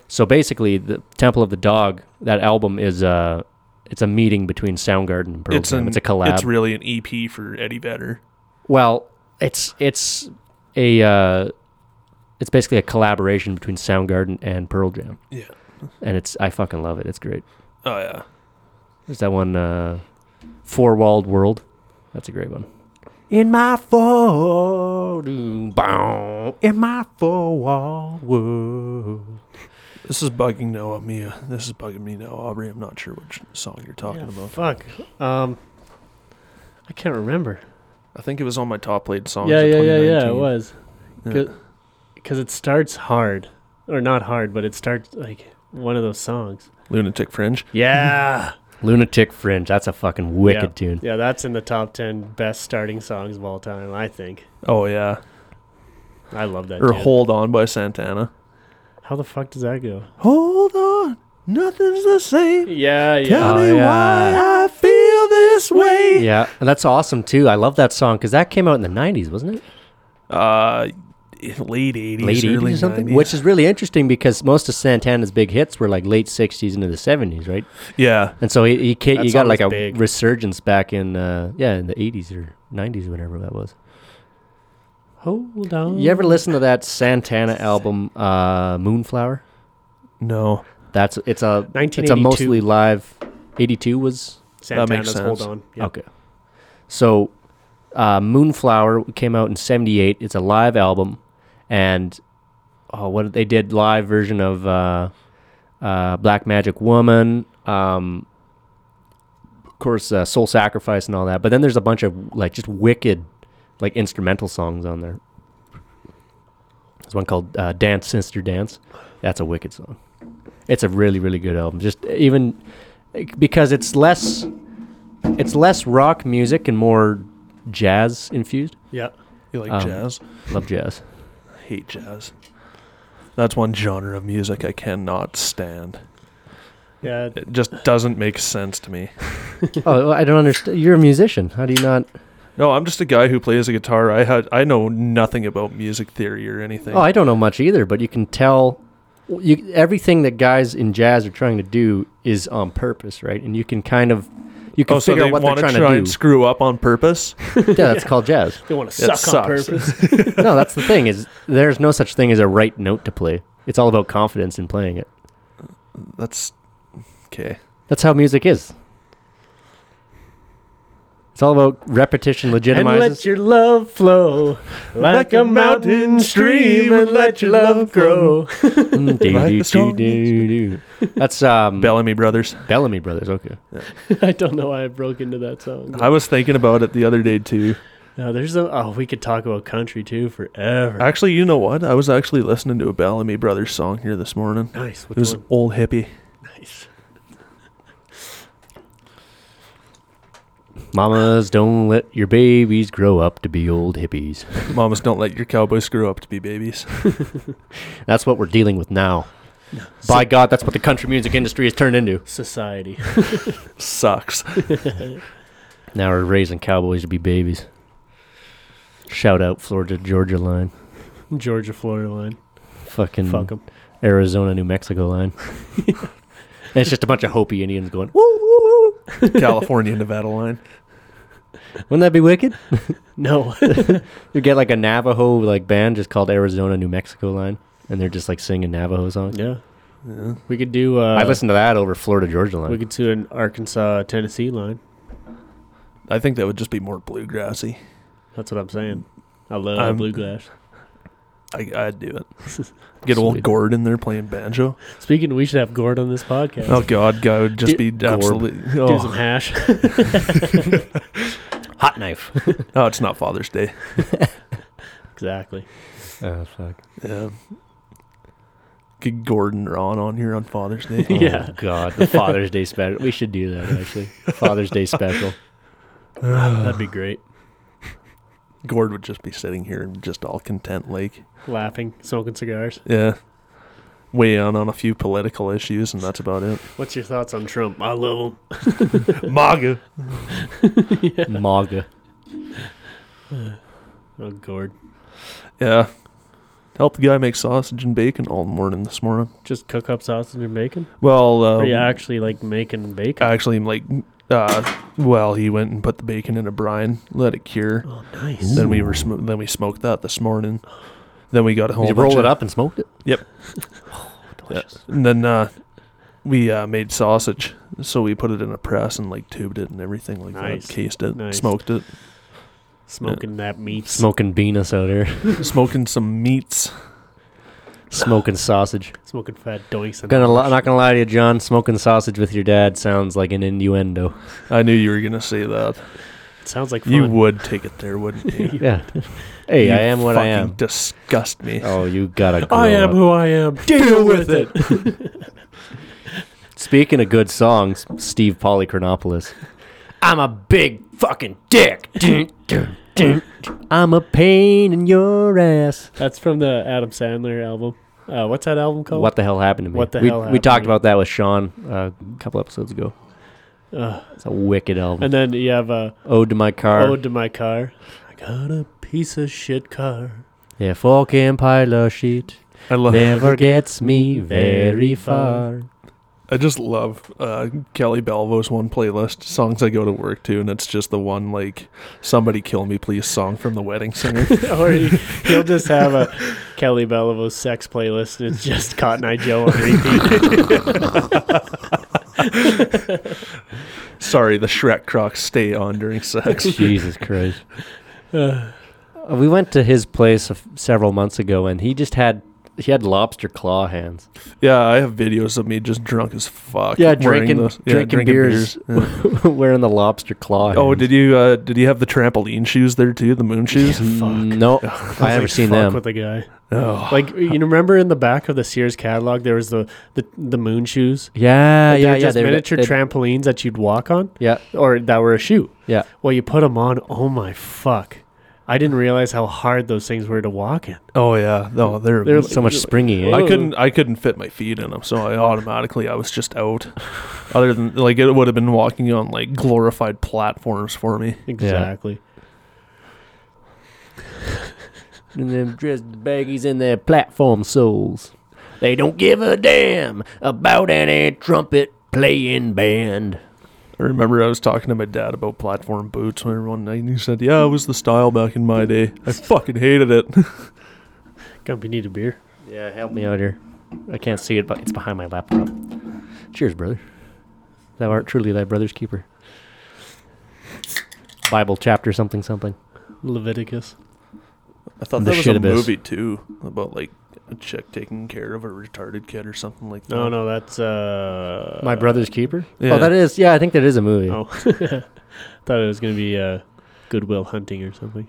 So basically, the Temple of the Dog that album is uh it's a meeting between Soundgarden and Pearl It's Jam. an, it's a collab. It's really an EP for Eddie Vedder. well, it's it's a uh, it's basically a collaboration between Soundgarden and Pearl Jam, Yeah. and it's I fucking love it. It's great. Oh yeah. There's that one, uh, Four Walled World. That's a great one. In my four, in my four walled world. This is bugging Noah Mia. This is bugging me now, Aubrey. I'm not sure which song you're talking Yeah, about. fuck. Um, I can't remember. I think it was on my top played songs. yeah, of yeah, yeah, yeah. It 2019. was Yeah. because it starts hard, or not hard, but it starts like one of those songs. Lunatic Fringe. Yeah, Lunatic Fringe. That's a fucking wicked Yeah. tune. yeah. That's in the top ten best starting songs of all time. I think. Oh yeah. I love that. Or dude. Hold On by Santana. How the fuck does that go? Hold on. Nothing's the same. Yeah, yeah. Yeah. Oh, yeah. I feel this way. Yeah, and that's awesome too. I love that song because that came out in the '90s, wasn't it? Uh late 80s, Late '80s early or something. 90s. Which is really interesting because most of Santana's big hits were like late '60s into the '70s, right? yeah. And so he, he, ca- he That got song like was a big. resurgence back in uh, yeah in the '80s or '90s, whenever that was. Hold on. You ever listen to that Santana album, uh, Moonflower? No. That's it's a it's a 1982. mostly live. Eighty two was Santana's makes Hold sense. on. Yeah. okay. So, uh, Moonflower came out in seventy eight. It's a live album, and oh, what they did live version of uh, uh, Black Magic Woman. Um, of course, uh, Soul Sacrifice and all that. But then there's a bunch of like just wicked, like instrumental songs on there. There's one called uh, "Dance Sister Dance." That's a wicked song. It's a really really good album. Just even because it's less it's less rock music and more jazz infused. Yeah. You like Um, jazz? Love jazz. I hate jazz. That's one genre of music I cannot stand. Yeah. It just doesn't make sense to me. oh, I don't understand. You're a musician. How do you not? No, I'm just a guy who plays a guitar. I had I know nothing about music theory or anything. Oh, I don't know much either, but you can tell you, everything that guys in jazz are trying to do is on purpose, right? And you can kind of you can Oh, so figure they out what they're want to trying try to and do. screw up on purpose? yeah, that's called jazz. They want to It suck on sucks. purpose. No, that's the thing is there's no such thing as a right note to play. It's all about confidence in playing it. That's okay. That's how music is. It's all about repetition and let legitimizes. your love flow like a mountain stream, and let your love grow. Mm, do, Like do, the strong do, do, do. That's um, Bellamy Brothers. Bellamy Brothers. Okay. I don't know why I broke into that song. I was thinking about it the other day too. No, there's a. Oh, we could talk about country too forever. Actually, you know what? I was actually listening to a Bellamy Brothers song here this morning. nice. It was old hippie. nice. Mamas, don't let your babies grow up to be old hippies. Mamas don't let your cowboy screw up to be babies. That's what we're dealing with now. By God, that's what the country music industry has turned into. Society. Sucks. Now we're raising cowboys to be babies. Shout out Florida Georgia line, Georgia, Florida line. fucking Fuck 'em. Arizona New Mexico line. and it's just a bunch of Hopi Indians going. "Woo." California Nevada line. Wouldn't that be wicked? No. You get like a Navajo like band just called Arizona New Mexico line, and they're just like singing Navajo songs. yeah. Yeah. We could do. Uh, I listen to that over Florida Georgia line. We could do an Arkansas, Tennessee line. I think that would just be more bluegrassy. That's what I'm saying. I love I'm- bluegrass. I, I'd do it. Get old Sweet. Gord in there playing banjo. Speaking, we should have Gord on this podcast. Oh God, guy would just Do- be absolutely. Do some Oh, hash. Hot knife. oh, it's not Father's Day. exactly. oh fuck. Yeah. get Gordon Ron on here on Father's Day. Yeah. Oh, God, the Father's Day special. We should do that actually. Father's Day special. That'd be great. Oh, Gord would just be sitting here, just all content, like Laughing, smoking cigars. yeah, weigh in on a few political issues, and that's about it. What's your thoughts on Trump? I love him. MAGA. MAGA. Oh, Gord. Yeah, helped the guy make sausage and bacon all morning this morning. Just cook up sausage and bacon? Well, um, Are you actually like making bacon? actually, like, uh, well, he went and put the bacon in a brine, let it cure. oh, nice. Then we were sm- then we smoked that this morning. Then we got a whole Did you bunch roll it of- up and smoked it? Oh, Yep. And then uh, we uh, made sausage, so we put it in a press and like tubed it and everything like Nice. that, cased it, Nice. smoked it, Smoking that meat. Smoking Venus out here. smoking some meats. Smoking sausage. Smoking fat doinks. I'm And gonna li- I'm not gonna lie to you, John. Smoking sausage with your dad sounds like an innuendo. I knew you were gonna say that. It sounds like fun. You would take it there, wouldn't you? Yeah. hey, You I am what I fucking am. Disgust me. Oh, you gotta. I grow am up. who I am. Deal with it. Speaking of good songs, Steve Polychronopoulos. I'm a big fucking dick. Dun, dun, dun. I'm a pain in your ass. That's from the Adam Sandler album. Uh, what's that album called? What the hell happened to me? What the we, hell We happened talked to me? about that with Sean uh, a couple episodes ago. Ugh. It's a wicked album. and then you have uh, Ode to my car. Ode to My Car. I got a piece of shit car. Yeah, fucking pile of shit I love. never gets me very far. I just love uh, Kelly Balvo's one playlist songs I go to work to, and it's just the one like "Somebody Kill Me Please" song from the Wedding Singer. or he, he'll just have a Kelly Beliveau sex playlist and it's just Cotton Eye Joe on repeat. Sorry, the Shrek Crocs stay on during sex. Jesus Christ. Uh, Uh, We went to his place a f- several months ago, and he just had he had lobster claw hands. Yeah, I have videos of me just drunk as fuck. Yeah, wearing drinking- those- drinking beers. beers. Yeah. Wearing the lobster claw. oh, hands. did you uh, did you have the trampoline shoes there too? The moon shoes? No, I was never like, seen fuck them. with the guy. Oh, Like you remember in the back of the Sears catalog, there was the the, the moon shoes. Yeah, They're Ah, yeah, yeah. just they're- miniature they're- trampolines that you'd walk on, Yeah, or that were a shoe. yeah. Well, you put them on. Oh my fuck! I didn't realize how hard those things were to walk in. oh yeah. No, they're. They're- So much springy. I Eh? Like- couldn't. I couldn't fit my feet in them, so I automatically I was just out. Other than like it would have been walking on like glorified platforms for me. Exactly. And them dressed baggies in their platform soles. They don't give a damn about any trumpet playing band. I remember I was talking to my dad about platform boots one night, and he said, "Yeah, it was the style back in my day. I fucking hated it." Gump, you need a beer. Yeah, help me out here. I can't see it, but it's behind my laptop. Cheers, brother. Thou art truly thy brother's keeper. Bible chapter something something. Leviticus. I thought The that was shit a abyss. movie too about like a chick taking care of a retarded kid or something like that. No, Oh, no, that's uh. My brother's keeper. Yeah. Oh, that is. Yeah, I think that is a movie. Oh, thought it was gonna be uh, Goodwill Hunting or something.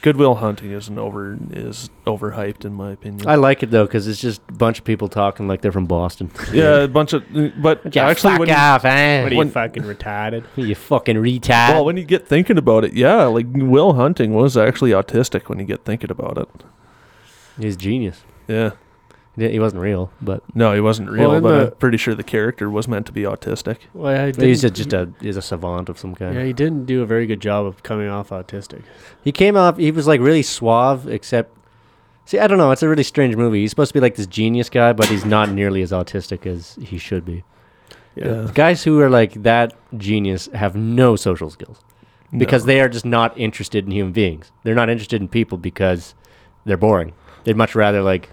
Goodwill Hunting is an over is overhyped in my opinion. I like it though because it's just a bunch of people talking like they're from Boston. yeah, a bunch of but Yeah, actually fuck when you, off, eh? What are you, you When- fucking retarded? fucking retard. well when you get thinking about it, yeah, like Will Hunting was actually autistic when you get thinking about it. He's genius. Yeah. He didn't- he wasn't real, but No, he wasn't real, Well, in but the- I'm pretty sure the character was meant to be autistic. Well, I he's just, just a he's a savant of some kind. Yeah, he didn't do a very good job of coming off autistic. He came off. He was like really suave, except. See, I don't know. It's a really strange movie. He's supposed to be like this genius guy, but he's not nearly as autistic as he should be. Yeah. Guys who are like that genius have no social skills because No. they are just not interested in human beings. They're not interested in people because they're boring. They'd much rather like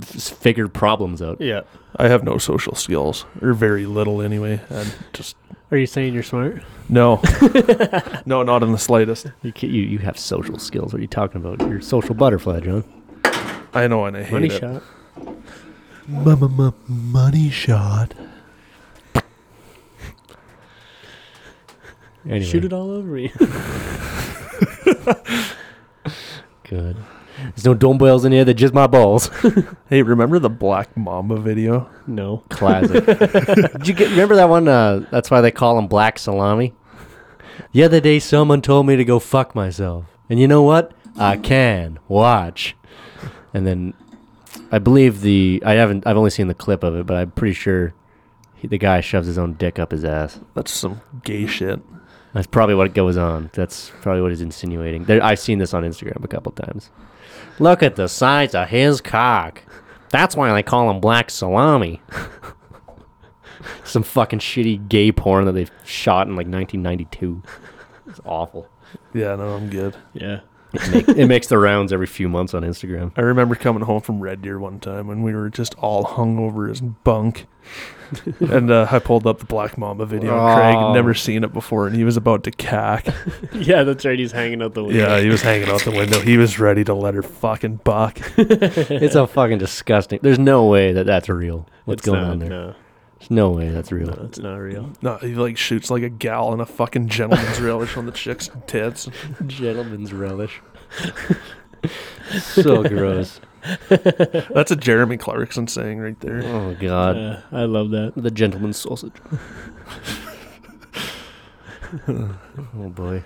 f- figure problems out. Yeah. I have no social skills or very little anyway. And just Are you saying you're smart? no. no, not in the slightest. You, ca- you you have social skills. What are you talking about? You're a social butterfly, John. I know and I hate Money it. shot. money shot. Anyway, Shoot it all over me. good. There's no dumbbells in here. They're just my balls. Hey, remember the Black Mamba video? No. Classic. Did you get, remember that one? Uh, that's why they call him Black Salami. The other day, someone told me to go fuck myself, and you know what? I can watch. And then, I believe the I haven't I've only seen the clip of it, but I'm pretty sure he, the guy shoves his own dick up his ass. That's some gay shit. That's probably what goes on. That's probably what he's insinuating. There, I've seen this on Instagram a couple times. Look at the size of his cock. That's why they call him Black Salami. Some fucking shitty gay porn that they've shot in like 1992. It's awful. Yeah, no, I'm good. Yeah. It makes the rounds every few months on Instagram. I remember coming home from Red Deer one time when we were just all hungover as bunk. and uh, I pulled up the Black Mamba video. and Craig had Oh. never seen it before, and he was about to cack. Yeah, that's right. He's hanging out the window. yeah, he was hanging out the window. He was ready to let her fucking buck. It's a fucking disgusting. There's no way that that's real. What's It's going not- on there? No, There's no way that's real. no, it's not real. Mm-hmm. No, he like shoots like a gal in a fucking gentleman's relish on the chick's tits. Gentleman's relish. so gross. That's a Jeremy Clarkson saying right there. Oh god. Uh, I love that. The gentleman's sausage. oh boy.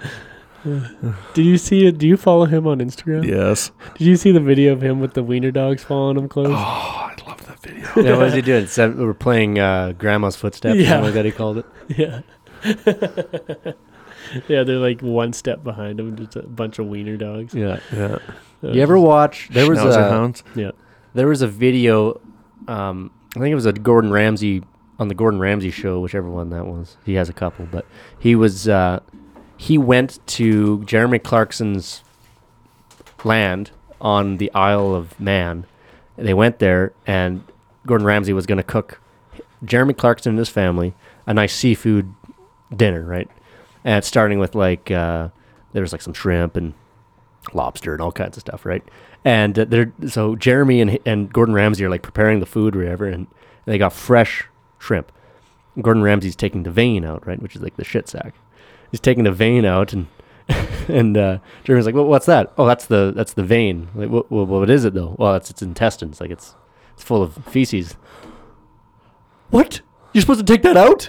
Did you see it? Do you follow him on Instagram? Yes. Did you see the video of him with the wiener dogs following him close? Oh, I love that video. Yeah, what was he doing? Said we were playing uh, Grandma's Footsteps. Yeah. Yeah. Something like that he called it. Yeah. yeah, they're like one step behind him, just a bunch of wiener dogs. Yeah. Yeah. Uh, You ever watch? There was Schnauzer a hounds. there was a video. Um, I think it was a Gordon Ramsay on the Gordon Ramsay show, whichever one that was. He has a couple, but he was uh, he went to Jeremy Clarkson's land on the Isle of Man. They went there, and Gordon Ramsay was going to cook Jeremy Clarkson and his family a nice seafood dinner, right? And it's starting with like uh, there was like some shrimp and lobster and all kinds of stuff, right? And uh, they're so Jeremy and and Gordon Ramsay are like preparing the food or whatever, and they got fresh shrimp. Gordon Ramsay's taking the vein out, right, which is like the shit sack. He's taking the vein out, and and uh, Jeremy's like, "Well, what's that? Oh, that's the that's the vein. Like, what what, what is it though? Well, it's its intestines. Like, it's it's full of feces. What? You're supposed to take that out?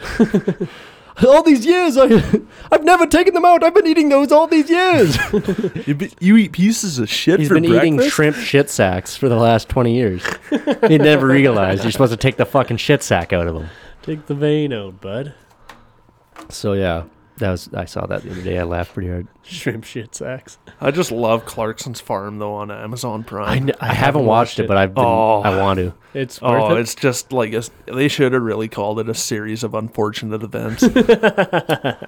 all these years, I I've never taken them out. I've been eating those all these years. You, be- you eat pieces of shit He's for been breakfast. eating shrimp shit sacks for the last 20 years. he never realized you're supposed to take the fucking shit sack out of them. Take the vein out, bud. So yeah, that was I saw that the other day. I laughed pretty hard. Shrimp shit sacks. I just love Clarkson's Farm though on Amazon Prime. I, kn- I haven't watched it, but I've been, Oh. I want to. It's worth Oh, it. it's just like a, they should have really called it a series of unfortunate events. Well,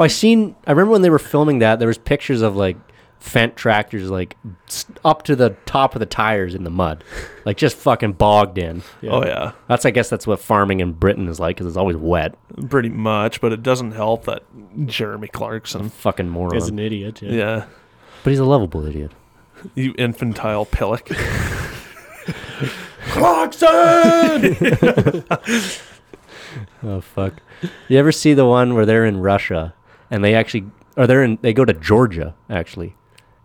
I seen I remember when they were filming that there was pictures of like Fent tractors like s- up to the top of the tires in the mud, like just fucking bogged in. Oh yeah, That's I guess that's what farming in Britain is like because it's always wet. pretty much. But it doesn't help that Jeremy Clarkson. Fucking moron. He's an idiot. Yeah. Yeah, But he's a lovable idiot. you infantile pillock. Clarkson. oh fuck! You ever see the one where they're in Russia and they actually, or they're in, they go to Georgia actually,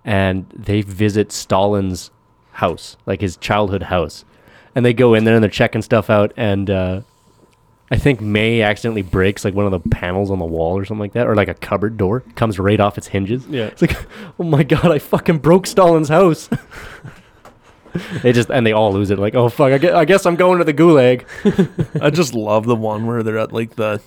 and they visit Stalin's house, like his childhood house, and they go in there and they're checking stuff out, and uh, I think May accidentally breaks like one of the panels on the wall or something like that, or like a cupboard door comes right off its hinges. Yeah. It's like, oh my god, I fucking broke Stalin's house. they just and they all lose it. Like, oh fuck, I guess, I guess I'm going to the gulag. I just love the one where they're at like the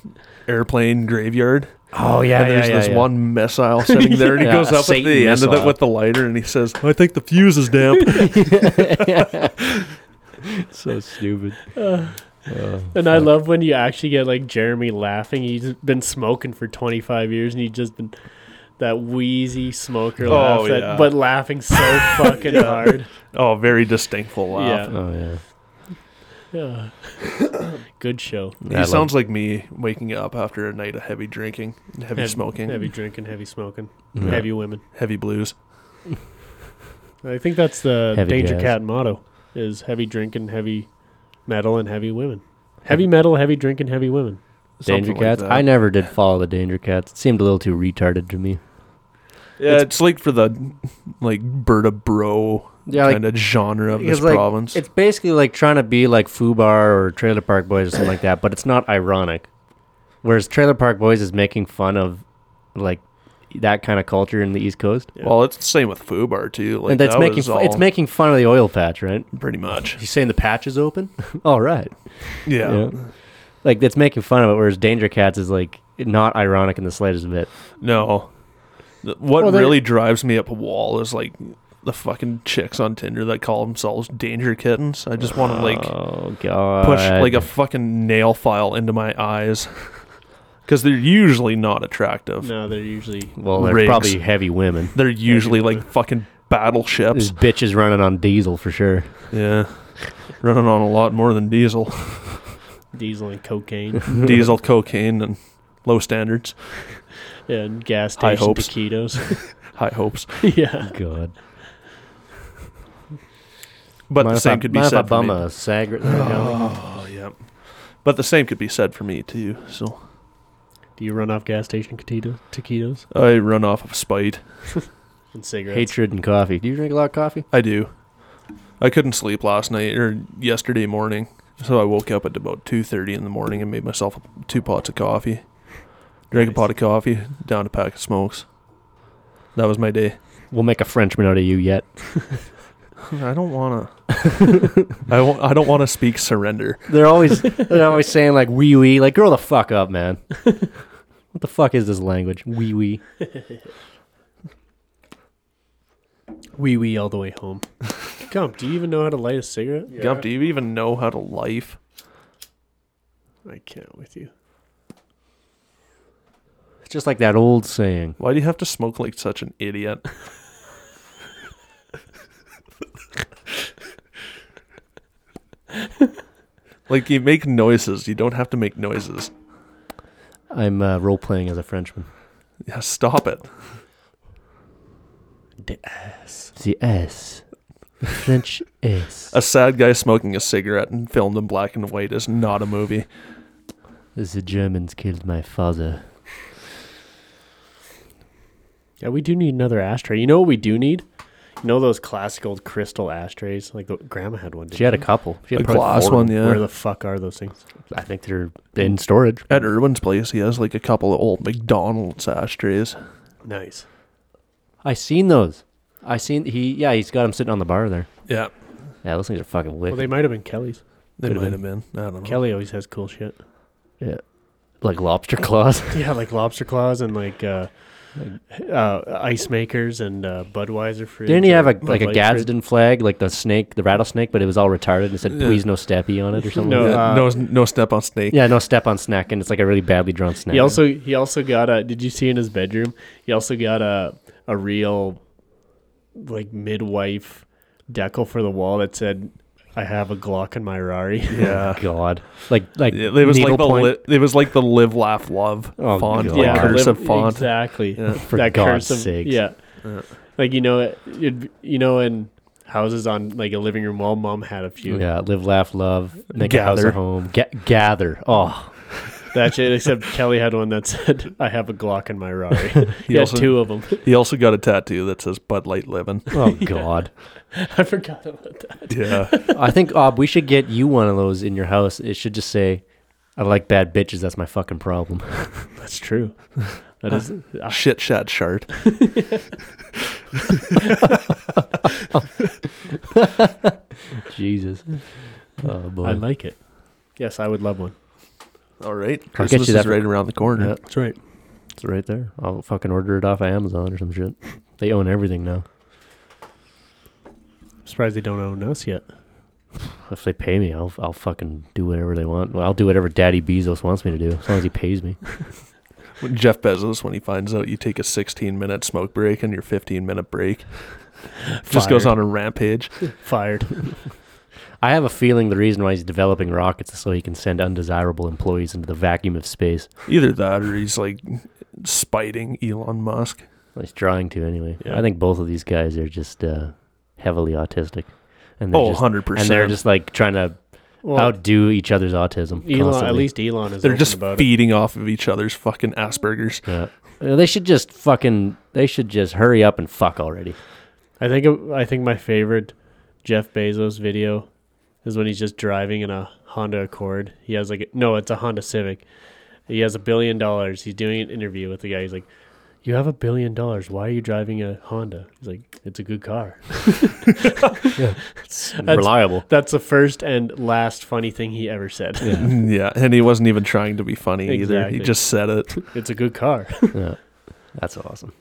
airplane graveyard. Oh yeah, and there's this one missile sitting there, and he Yeah, goes a up Satan at the end of missile. it with the lighter, and he says, "I think the fuse is damp." so stupid. Uh, Oh, And I love when you actually get like Jeremy laughing. He's been smoking for 25 years and he's just been that wheezy smoker Oh, laugh, that, yeah. but laughing so fucking hard. oh, very distinctful laugh. Oh yeah. Yeah. Good show. I He love- sounds like me waking up after a night of heavy drinking, and heavy Hev- smoking, Heavy drinking, heavy smoking, Yeah. heavy women. heavy blues. I think that's the Heavy Danger jazz. Cat motto is heavy drinking, heavy metal, and heavy women. Heavy metal, heavy drinking, heavy women. Danger Something like Cats. that. I never did follow the Danger Cats. It seemed a little too retarded to me. Yeah, it's, like for the like Berta Bro Yeah, like kind of genre of Because, this like, province. It's basically like trying to be like Fubar or Trailer Park Boys or something like that, but it's not ironic. Whereas Trailer Park Boys is making fun of like that kind of culture in the East Coast, Well, it's the same with Fubar too. Like and that's that making was fu- it's all making fun of the oil patch, right? pretty much. You saying the patch is open? All right, Yeah. like that's making fun of it. Whereas Danger Cats is like not ironic in the slightest bit. No. Th- What Well, they- really drives me up a wall is like the fucking chicks on Tinder that call themselves danger kittens. I just want to like oh god, push like a fucking nail file into my eyes because they're usually not attractive. No, they're usually well, they're rigs. probably heavy women. They're usually like fucking This battleships. bitch is running on diesel for sure. yeah. Running on a lot more than diesel. diesel and cocaine. diesel, cocaine, and low standards, yeah, and gas High station hopes. taquitos. high hopes. yeah. God, But Mind the if I- same could be mind if I said for bum me. a sag right there, Johnny? Oh, yeah. But the same could be said for me too. So Do you run off gas station taquito- taquitos I run off of spite. and cigarettes? Hatred and coffee. Do you drink a lot of coffee? I do. I couldn't sleep last night or yesterday morning, so I woke up at about two thirty in the morning and made myself two pots of coffee. Drank a pot of coffee, down a pack of smokes. That was my day. We'll make a Frenchman out of you yet. I don't wanna. I won't, I don't want to speak surrender. They're always they're always saying like wee wee. Like grow the fuck up, man. what the fuck is this language? Wee wee. Wee wee all the way home. Gump, do you even know how to light a cigarette? Gump, do you even know how to life? I can't with you. It's just like that old saying. Why do you have to smoke like such an idiot? like you make noises, you don't have to make noises. I'm uh, role playing as a Frenchman. Yeah, stop it. The ass. The S. French S. A sad guy smoking a cigarette and filmed in black and white is not a movie. The Germans killed my father. Yeah, we do need another ashtray. You know what we do need? You know those classic old crystal ashtrays? Like the, grandma had one. She had a couple. She had a probably glass four. one, yeah. Where the fuck are those things? I think they're in storage. At Irwin's place, he has like a couple of old McDonald's ashtrays. Nice. I seen those. I seen he. Yeah, he's got them sitting on the bar there. Yeah, Yeah, those things are fucking wicked. Well, they might have been Kelly's. they Could've might have been. I don't know. Kelly always has cool shit. like lobster claws. Yeah, like lobster claws and like uh, uh, ice makers and uh, Budweiser fridge. Didn't he or have a Bud like a Light Gadsden flag, like the snake, the rattlesnake, but it was all retarded and it said Yeah. "Please no steppy" on it or something? No, like that? Yeah, no, uh, no step on snake. yeah, no step on snack, and it's like a really badly drawn fridge? snack. He also he also got a. Did you see in his bedroom? He also got a a real like midwife decal for the wall that said, "I have a Glock in my Rari." Yeah. God, like like Yeah, it was like the needlepoint? li- it was like the live laugh love Oh, font, God. like Yeah, cursive lim- font. Exactly. Yeah. for God's sake. Yeah. Yeah. Like you know, it, it'd- you know, in houses on like a living room wall, mom had a few. yeah. Live, laugh, love. Make a house Gather. or home. Ga- gather. Oh, That shit, except Kelly had one that said, "I have a Glock in my Rari." he had also- two of them. He also got a tattoo that says Bud Light Living. oh God. I forgot about that. Yeah, I think Ob, we should get you one of those in your house. It should just say, "I like bad bitches. That's my fucking problem." That's true. That is. shit, shat, shart. Jesus. Oh boy. I like it. Yes, I would love one. All right, I'll Christmas get you that is for- right around the corner. Yeah. That's right. It's right there. I'll fucking order it off of Amazon or some shit. They own everything now. I'm surprised they don't own us yet. If they pay me, I'll I'll fucking do whatever they want. Well, I'll do whatever Daddy Bezos wants me to do, as long as he pays me. When Jeff Bezos, when he finds out you take a 16 minute smoke break and your 15 minute break, just goes Fired. on a rampage. Fired. I have a feeling the reason why he's developing rockets is so he can send undesirable employees into the vacuum of space. Either that, or he's like spiting Elon Musk. Well, he's trying to anyway. Yeah. I think both of these guys are just uh, heavily autistic, and they're Oh, just, 100 and they're percent. just like trying to Well, outdo each other's autism. Elon, constantly. at least Elon is. They're open just about it. feeding off of each other's fucking Asperger's. Yeah. Uh, They should just fucking. They should just hurry up and fuck already. I think it- I think my favorite Jeff Bezos video is when he's just driving in a Honda Accord. He has like a- no, it's a Honda Civic. He has a billion dollars. He's doing an interview with the guy. He's like, "You have a billion dollars. Why are you driving a Honda?" He's like, "It's a good car." It's That's- reliable. That's the first and last funny thing he ever said. Yeah, and he wasn't even trying to be funny either. He Exactly. just said it. it's a good car. yeah. That's awesome.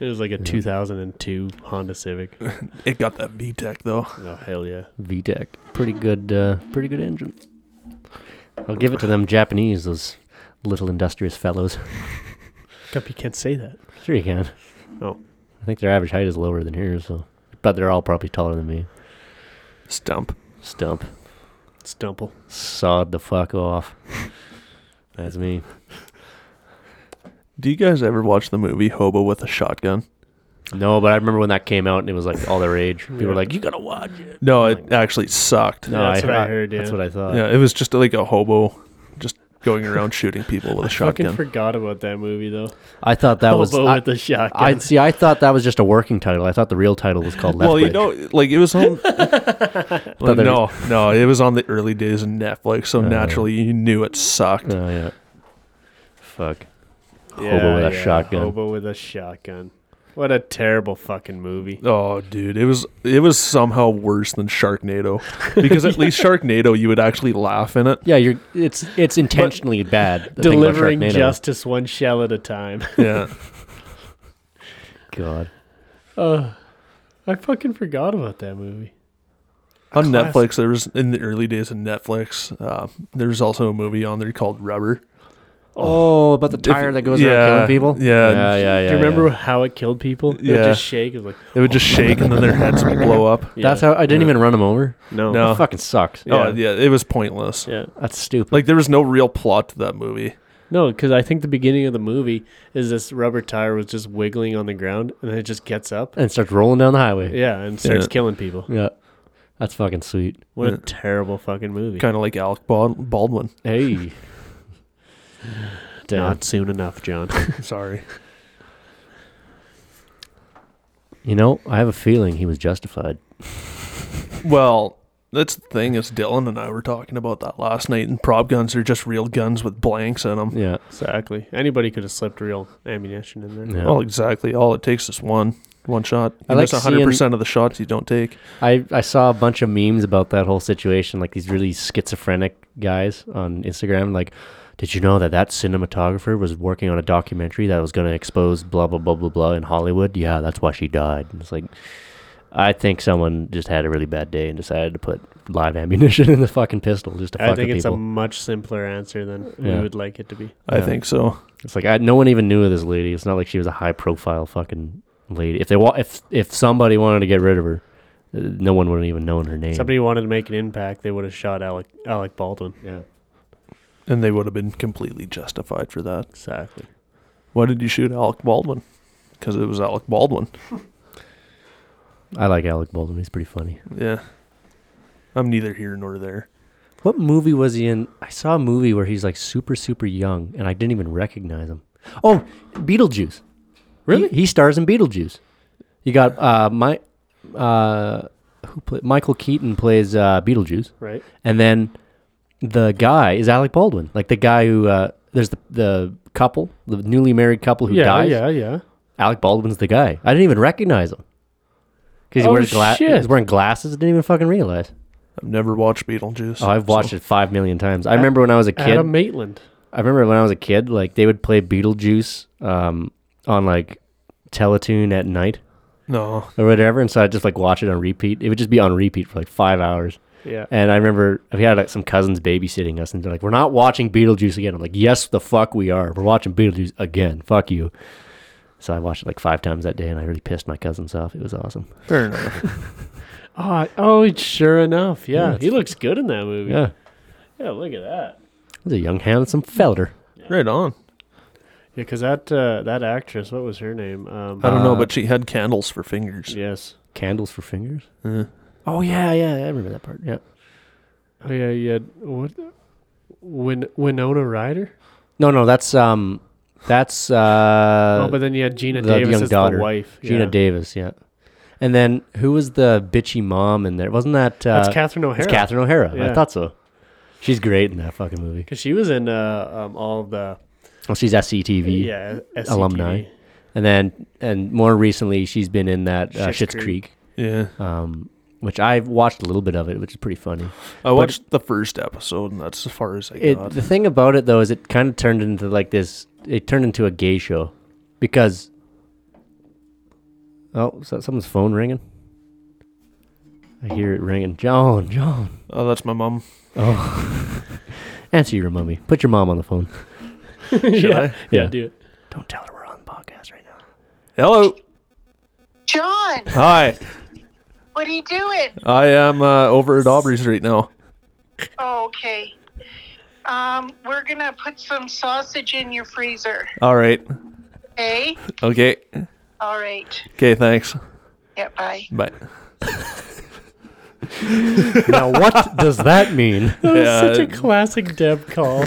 It was like a 2002 Honda Civic. It got that VTEC though. Oh hell yeah! VTEC. Pretty good. Uh, pretty good engine. I'll give it to them Japanese. Those little industrious fellows. Guppy can't say that. Sure you can. Oh. I think their average height is lower than here, so. But they're all probably taller than me. Stump. Stump. Stumple. Sawed the fuck off. That's me. Do you guys ever watch the movie Hobo with a Shotgun? No, but I remember when that came out and it was like all the rage. People were Yeah. like, "You gotta watch it." Oh No, it actually sucked. No, That's I, what I I- heard, That's yeah. what I thought. Yeah, it was just like a hobo just going around shooting people with a I fucking shotgun. forgot about that movie though. I thought that was. Hobo I, with the shotgun. I see. I thought that was just a working title. I thought the real title was called Left well, you Leg. know, like it was on. Like, there no, no, it was on the early days of Netflix, so Oh, yeah. naturally you knew it sucked. Oh yeah. Fuck. Hobo with a shotgun. Hobo with a shotgun. What a terrible fucking movie. Oh, dude, it was it was somehow worse than Sharknado because at least Sharknado you would actually laugh in it. Yeah, you're. It's it's intentionally bad. the thing about Delivering Sharknado. justice one shell at a time. Yeah, God. Uh, I fucking forgot about that movie. on Classic. Netflix there was in the early days of Netflix. Uh, there was also a movie on there called Rubber. Oh, about the tire that goes yeah, around killing people. yeah. yeah, yeah. yeah Do you remember yeah. how it killed people? It Yeah. would just shake. It was like, It would just shake and then their heads would blow up. That's how I didn't even run him over. No. No. That fucking sucks. Uh. Yeah. Oh yeah, it was pointless. Yeah. That's stupid. Like there was no real plot to that movie. No, because I think the beginning of the movie is this rubber tire was just wiggling on the ground and then it just gets up. and starts rolling down the highway. Yeah, and starts Yeah. killing people. Yeah. That's fucking sweet. What Yeah. a terrible fucking movie. Kind of like Alec Bald- Baldwin. Hey. Damn. Not soon enough, John. Sorry. You know, I have a feeling he was justified. Well, that's the thing is Dylan and I were talking about that last night. And prop guns are just real guns with blanks in them. Yeah. exactly. Anybody could have slipped real ammunition in there. Yeah. Well, exactly. All it takes is one, one shot. You I miss like hundred percent of the shots you don't take. I, I saw a bunch of memes about that whole situation, like these really schizophrenic guys on Instagram. Like, did you know that that cinematographer was working on a documentary that was going to expose blah, blah, blah, blah, blah in Hollywood? Yeah, that's why she died. And it's like, I think someone just had a really bad day and decided to put live ammunition in the fucking pistol just to fuck I with think it's a people. much simpler answer than we Yeah. would like it to be. I Yeah. think so. It's like I, no one even knew of this lady. It's not like she was a high profile fucking lady. If they wa- if if somebody wanted to get rid of her, uh, no one would have even known her name. Somebody wanted to make an impact, they would have shot Alec Alec Baldwin. yeah. And they would have been completely justified for that. Exactly. Why did you shoot Alec Baldwin? Because it was Alec Baldwin. I like Alec Baldwin. He's pretty funny. Yeah. I'm neither here nor there. What movie was he in? I saw a movie where he's like super super young, and I didn't even recognize him. Oh, Beetlejuice. Really? He, he stars in Beetlejuice. You got uh my uh who play, Michael Keaton plays uh Beetlejuice. Right? and then the guy is Alec Baldwin, like the guy who uh, there's the the couple, the newly married couple who yeah, dies. yeah, yeah. Alec Baldwin's the guy. I didn't even recognize him because he Oh, wears gla- shit. he's wearing glasses. I didn't even fucking realize. I've never watched Beetlejuice. Oh, I've watched it five million times. I remember when I was a kid. Adam Maitland. I remember when I was a kid, like they would play Beetlejuice um, on like Teletoon at night No. or whatever, and so I would just like watch it on repeat. It would just be on repeat for like five hours. Yeah. And I remember we had like, some cousins babysitting us, and they're like, "We're not watching Beetlejuice again." I'm like, "Yes, the fuck we are. We're watching Beetlejuice again. Fuck you." So I watched it like five times that day, and I really pissed my cousins off. It was awesome. Fair enough. Oh, oh, it's sure enough. Yeah, Yeah. it's- he looks good in that movie. Yeah, Yeah, look at that. it was a young handsome feller. right on. Yeah, because that uh, that actress, what was her name? Um, I don't know, Uh, but she had candles for fingers. Uh, yes. Candles for fingers. Yeah. Oh yeah, yeah, I remember that part. Yeah, Oh yeah, yeah. What? Win- Winona Ryder. No, no, that's um, that's uh, oh, but then you had Gina the Davis young as daughter, the wife. Gina yeah. Davis, yeah. And then who was the bitchy mom in there? Wasn't that uh, That's Catherine O'Hara. It's Catherine O'Hara. I Yeah. thought so. She's great in that fucking movie. Because she was in uh, um, all of the Well, she's SCTV. yeah SCTV. alumni. And then, and more recently, she's been in that uh, Schitt's Schitt's Creek, Creek. Yeah. um, which I've watched a little bit of it, which is pretty funny. I watched the first episode, and that's as far as I It, got. the thing about it, though, is it kind of turned into like this, it turned into a gay show because. Oh, is that someone's phone ringing? I hear it ringing. John, John. oh, that's my mom. Oh. Answer your mummy. Put your mom on the phone. Should yeah. I? yeah, Yeah. dude. Don't tell her we're on the podcast right now. Hello. John, Hi. what are you doing? I am uh, over at Aubrey's right now. Oh, okay. Um, we're gonna put some sausage in your freezer. All right. Okay. Okay. All right. Okay. Thanks. Yeah. Bye. Bye. now, what does that mean? That was Yeah, such a it- classic Deb call.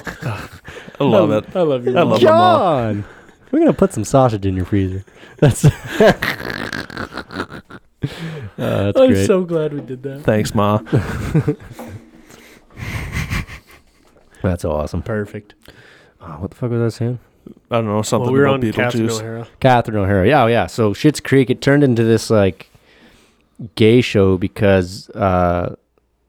I love it. I love you. I love- them all. John, we're gonna put some sausage in your freezer. That's. Uh, that's I'm great. so glad we did that. Thanks, Ma. that's awesome. Perfect. Oh, what the fuck was I saying? I don't know something Well, we were about on Catherine Beetlejuice. O'Hara. Catherine O'Hara. Yeah, oh, yeah. So Schitt's Creek. It turned into this like gay show because uh,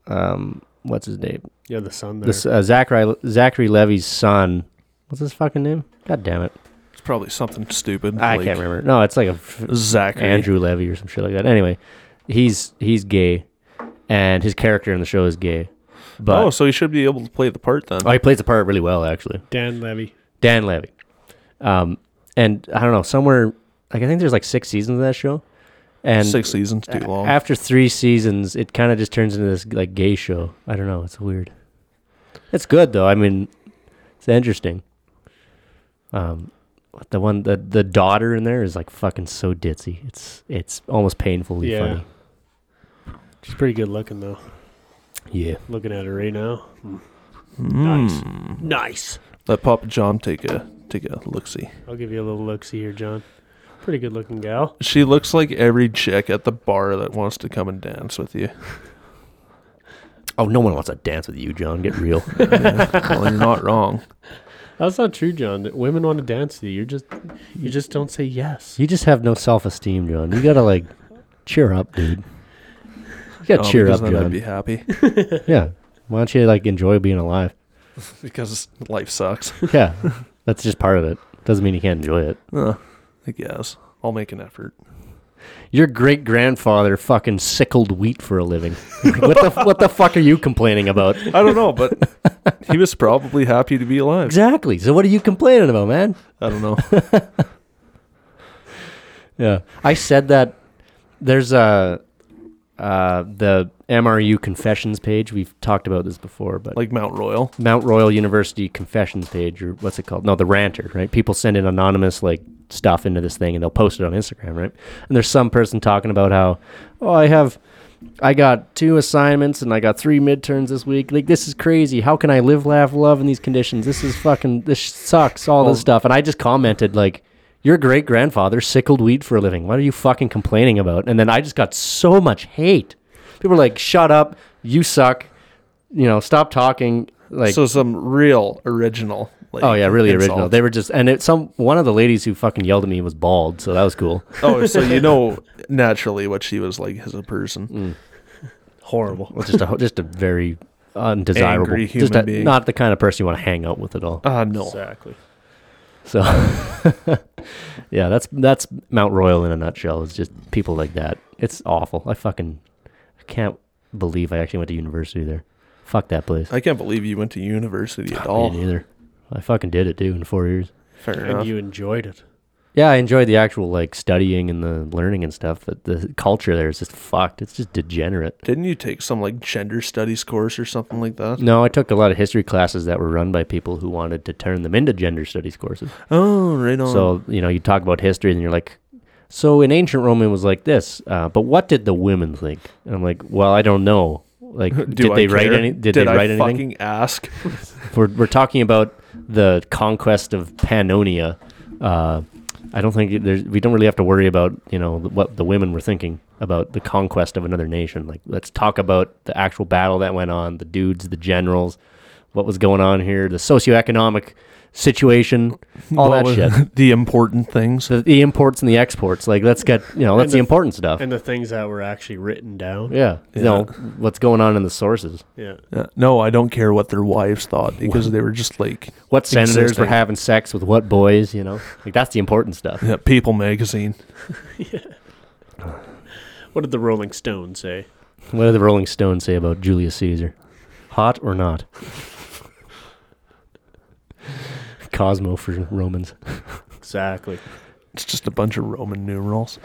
um, what's his name? Yeah, the sun there. This uh, Zachary Zachary Levy's son. What's his fucking name? God damn it! It's probably something stupid. I like can't remember. No, it's like a f- Zachary. Andrew Levy or some shit like that. Anyway, he's he's gay, and his character in the show is gay. But oh, so he should be able to play the part then. Oh, he plays the part really well, actually. Dan Levy. Dan Levy. Um, and I don't know, somewhere, like, I think there's like six seasons of that show. And Six seasons too a- long. after three seasons, it kind of just turns into this, like, gay show. I don't know. It's weird. It's good, though. I mean, it's interesting. Um, but the one, the, the daughter in there is, like, fucking so ditzy. It's, it's almost painfully Yeah. funny. She's pretty good looking though. Yeah. Looking at her right now. Mm. Nice. Let Papa John take a take a look see. I'll give you a little look see here, John. Pretty good looking gal. She looks like every chick at the bar that wants to come and dance with you. Oh, no one wants to dance with you, John. Get real. well, you're not wrong. That's not true, John. That Women want to dance to you. You're just you just don't say yes. You just have no self esteem, John. You gotta like cheer up, dude. You gotta No, cheer Oh, because up, then John. I'd be happy yeah. Why don't you like enjoy being alive? because life sucks. Yeah. That's just part of it. Doesn't mean you can't enjoy it. Uh, I guess I'll make an effort. Your great grandfather fucking sickled wheat for a living. Like, what the what the fuck are you complaining about? I don't know, but he was probably happy to be alive. Exactly. So what are you complaining about, man? I don't know. Yeah. I said that there's a uh, the MRU confessions page. We've talked about this before, but Like Mount Royal. Mount Royal University confessions page or what's it called? No, the ranter, right? People send in anonymous like stuff into this thing and they'll post it on Instagram, right? And there's some person talking about how, oh, I have, I got two assignments and I got three midterms this week. Like this is crazy. How can I live, laugh, love in these conditions? This is fucking. This sucks. All this stuff. And I just commented like. Your great grandfather sickled wheat for a living. What are you fucking complaining about? And then I just got so much hate. People were like, "Shut up, you suck," you know, "Stop talking." Like, so some real original. Like, Oh yeah, really original. insults. They were just and it, some one of the ladies who fucking yelled at me was bald, so that was cool. oh, so you know naturally what she was like as a person. Mm. Horrible. Well, just a just a very undesirable, Angry just human a- being. not the kind of person you want to hang out with at all. Ah, no. Exactly. So yeah, that's that's Mount Royal in a nutshell. It's just people like that. It's awful. I fucking I can't believe I actually went to university there. Fuck that place. I can't believe you went to university at Me all. neither. I fucking did it too in four years. Fair And enough. you enjoyed it. Yeah, I enjoyed the actual like studying and the learning and stuff, but the culture there is just fucked. It's just degenerate. Didn't you take some like gender studies course or something like that? No, I took a lot of history classes that were run by people who wanted to turn them into gender studies courses. Oh, right on. So, you know, you talk about history and you're like, so in ancient Rome it was like this, uh, but what did the women think? And I'm like, well, I don't know. Like, Do did I they write care? any? Did, they I write anything? fucking ask? We're we're talking about the conquest of Pannonia. Uh, I don't think there's. We don't really have to worry about you know what the women were thinking about the conquest of another nation. Like, let's talk about the actual battle that went on. The dudes, the generals, what was going on here, the socioeconomic situation, all What that was- shit. The important things. The, the imports and the exports. Like, let's get you know that's the, the- important stuff. and the things that were actually written down. yeah, you know what's going on in the sources. Yeah. Yeah. Uh, No, I don't care what their wives thought because they were just like What senators were Existing. having sex with what boys? You know, like that's the important stuff. yeah, People magazine. What did the Rolling Stones say? What did the Rolling Stones say about Julius Caesar? Hot or not? Cosmo for Romans. Exactly. It's just a bunch of Roman numerals.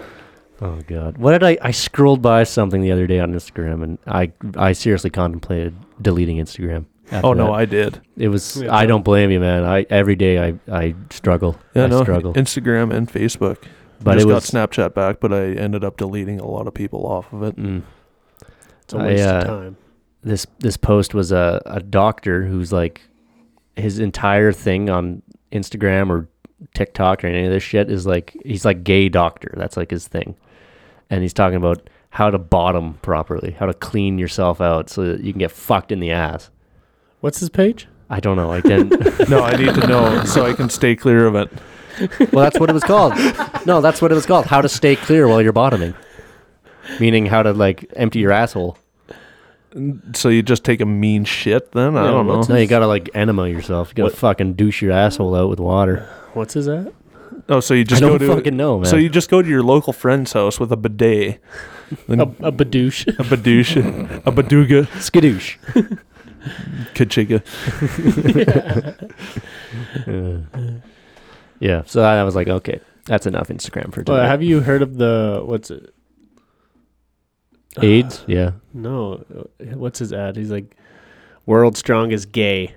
Oh God! What did I? I scrolled by something the other day on Instagram, and I I seriously contemplated deleting Instagram. after oh no, that. I did. it was. Yeah, I no. don't blame you, man. I every day I I struggle. Yeah, I no, struggle. Instagram and Facebook. but just it was. got Snapchat back, but I ended up deleting a lot of people off of it. mm. It's a I, waste uh, of time. this this post was a, a doctor who's like his entire thing on Instagram or TikTok or any of this shit is like he's like gay doctor. That's like his thing. And he's talking about how to bottom properly, how to clean yourself out so that you can get fucked in the ass. What's his page? I don't know. I didn't. no, I need to know so I can stay clear of it. well, that's what it was called. No, that's what it was called. How to stay clear while you're bottoming, meaning how to like empty your asshole. So you just take a mean shit then? I Yeah, don't know. No, you gotta like enema yourself. You gotta What- fucking douche your asshole out with water. What's his at? Oh, so you just I don't go to fucking know, man. So you just go to your local friend's house with a bidet. Then A, a badoosh. a badoosh, a baduga, Skadoosh. kachiga. Yeah. So I was like, okay, that's enough Instagram for today. Well, have you heard of the what's it? AIDS? Yeah. No, uh, what's his ad? He's like, world's strongest gay.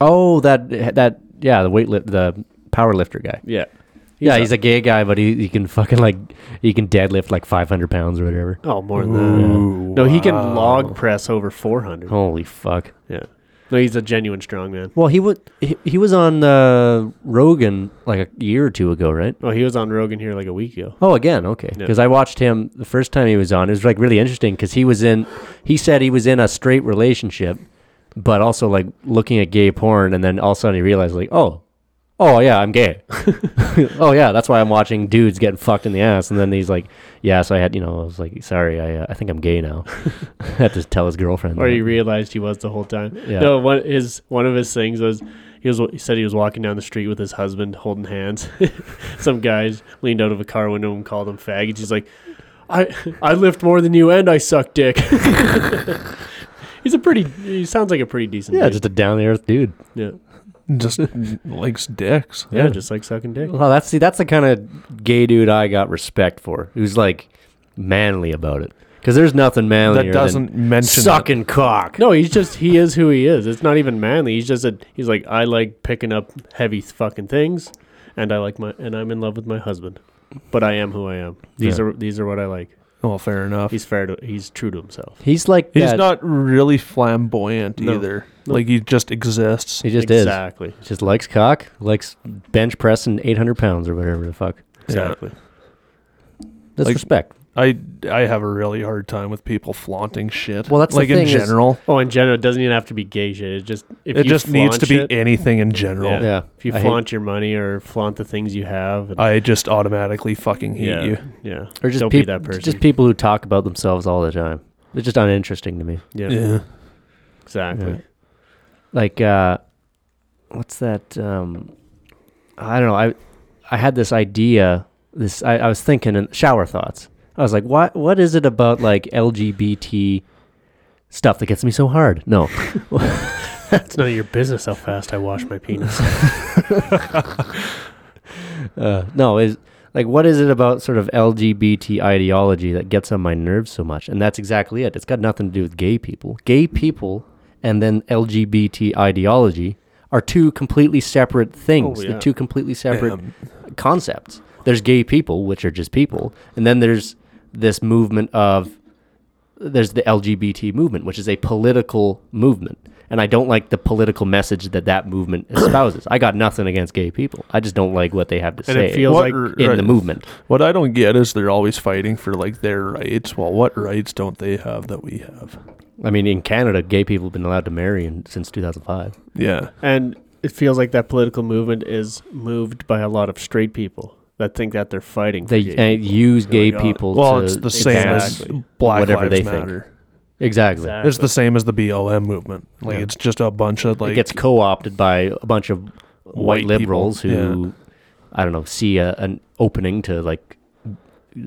Oh, that that yeah, the weight lift, the power lifter guy. Yeah, yeah, he's a gay guy, but he, he can fucking like he can deadlift like 500 pounds or whatever. oh more than that. No, he can log press over four hundred. Holy fuck! Yeah, no, he's a genuine strongman. Well, he would he, he was on uh, Rogan like a year or two ago, right? Oh, he was on Rogan here like a week ago. Oh, again, okay. Yeah. Because I watched him the first time he was on. It was like really interesting because he was in. He said he was in a straight relationship, but also like looking at gay porn, and then all of a sudden he realized like, oh, oh yeah, I'm gay. oh yeah, that's why I'm watching dudes getting fucked in the ass. And then he's like, yeah. So I had, you know, I was like, sorry, I, uh, I think I'm gay now. I had to tell his girlfriend. Or that. he realized he was the whole time. Yeah. No, one his one of his things was he was he said he was walking down the street with his husband holding hands. Some guys leaned out of a car window and called him faggots. He's like, I I lift more than you and I suck dick. he's a pretty. He sounds like a pretty decent. yeah, dude. just a down the earth dude. yeah, Just likes dicks. yeah, yeah. just like sucking dick. Well, that's see, that's the kind of gay dude I got respect for, who's like manly about it. Because there's nothing manly That doesn't mention it. sucking cock. No, he's just he is who he is. It's not even manly. He's just a he's like I like picking up heavy fucking things, and I like my and I'm in love with my husband, but I am who I am. These Yeah. are these are what I like. Well, Oh, fair enough. He's, He's fair to he's true to himself. He's like that. not really flamboyant No. either. Like he just exists. He just exactly, is. Just likes cock. Likes bench pressing 800 pounds or whatever the fuck. exactly. That's Like- respect. I I have a really hard time with people flaunting shit. Well, that's the like in thing is- general. Oh, in general, it doesn't even have to be gay shit. It just if it you just needs to flaunt be shit, anything in general. Yeah. Yeah. if you I hate- flaunt your money or flaunt the things you have, and, I just automatically fucking hate yeah, you. yeah, or just don't peop- be that person. Just people who talk about themselves all the time. They're just uninteresting to me. yeah, Yeah. exactly. Yeah. Like, uh, what's that? Um, I don't know. I I had this idea. This I, I was thinking in shower thoughts. I was like, what What is it about like LGBT stuff that gets me so hard? No, It's none of your business how fast I wash my penis. Uh, no, is like what is it about sort of LGBT ideology that gets on my nerves so much? And that's exactly it. It's got nothing to do with gay people. Gay people and then LGBT ideology are two completely separate things. Oh, yeah. They're two completely separate Um, concepts. There's gay people, which are just people, and then there's this movement of there's the LGBT movement, which is a political movement. And I don't like the political message that that movement espouses. I got nothing against gay people. I just don't like what they have to And say it feels What like r- in right. the movement. What I don't get is they're always fighting for like their rights. Well, what rights don't they have that we have? I mean, in Canada, gay people have been allowed to marry in, since 2005. Yeah, and it feels like that political movement is moved by a lot of straight people that think that they're fighting. for They gay uh, people. use gay Yeah. people. Well, to it's the same as advance- Black whatever Lives they think. Matter. exactly. Exactly. It's the same as the BLM movement. Like Yeah. it's just a bunch of like it gets co-opted by a bunch of white, White liberals people, who, I don't know, see a, an opening to like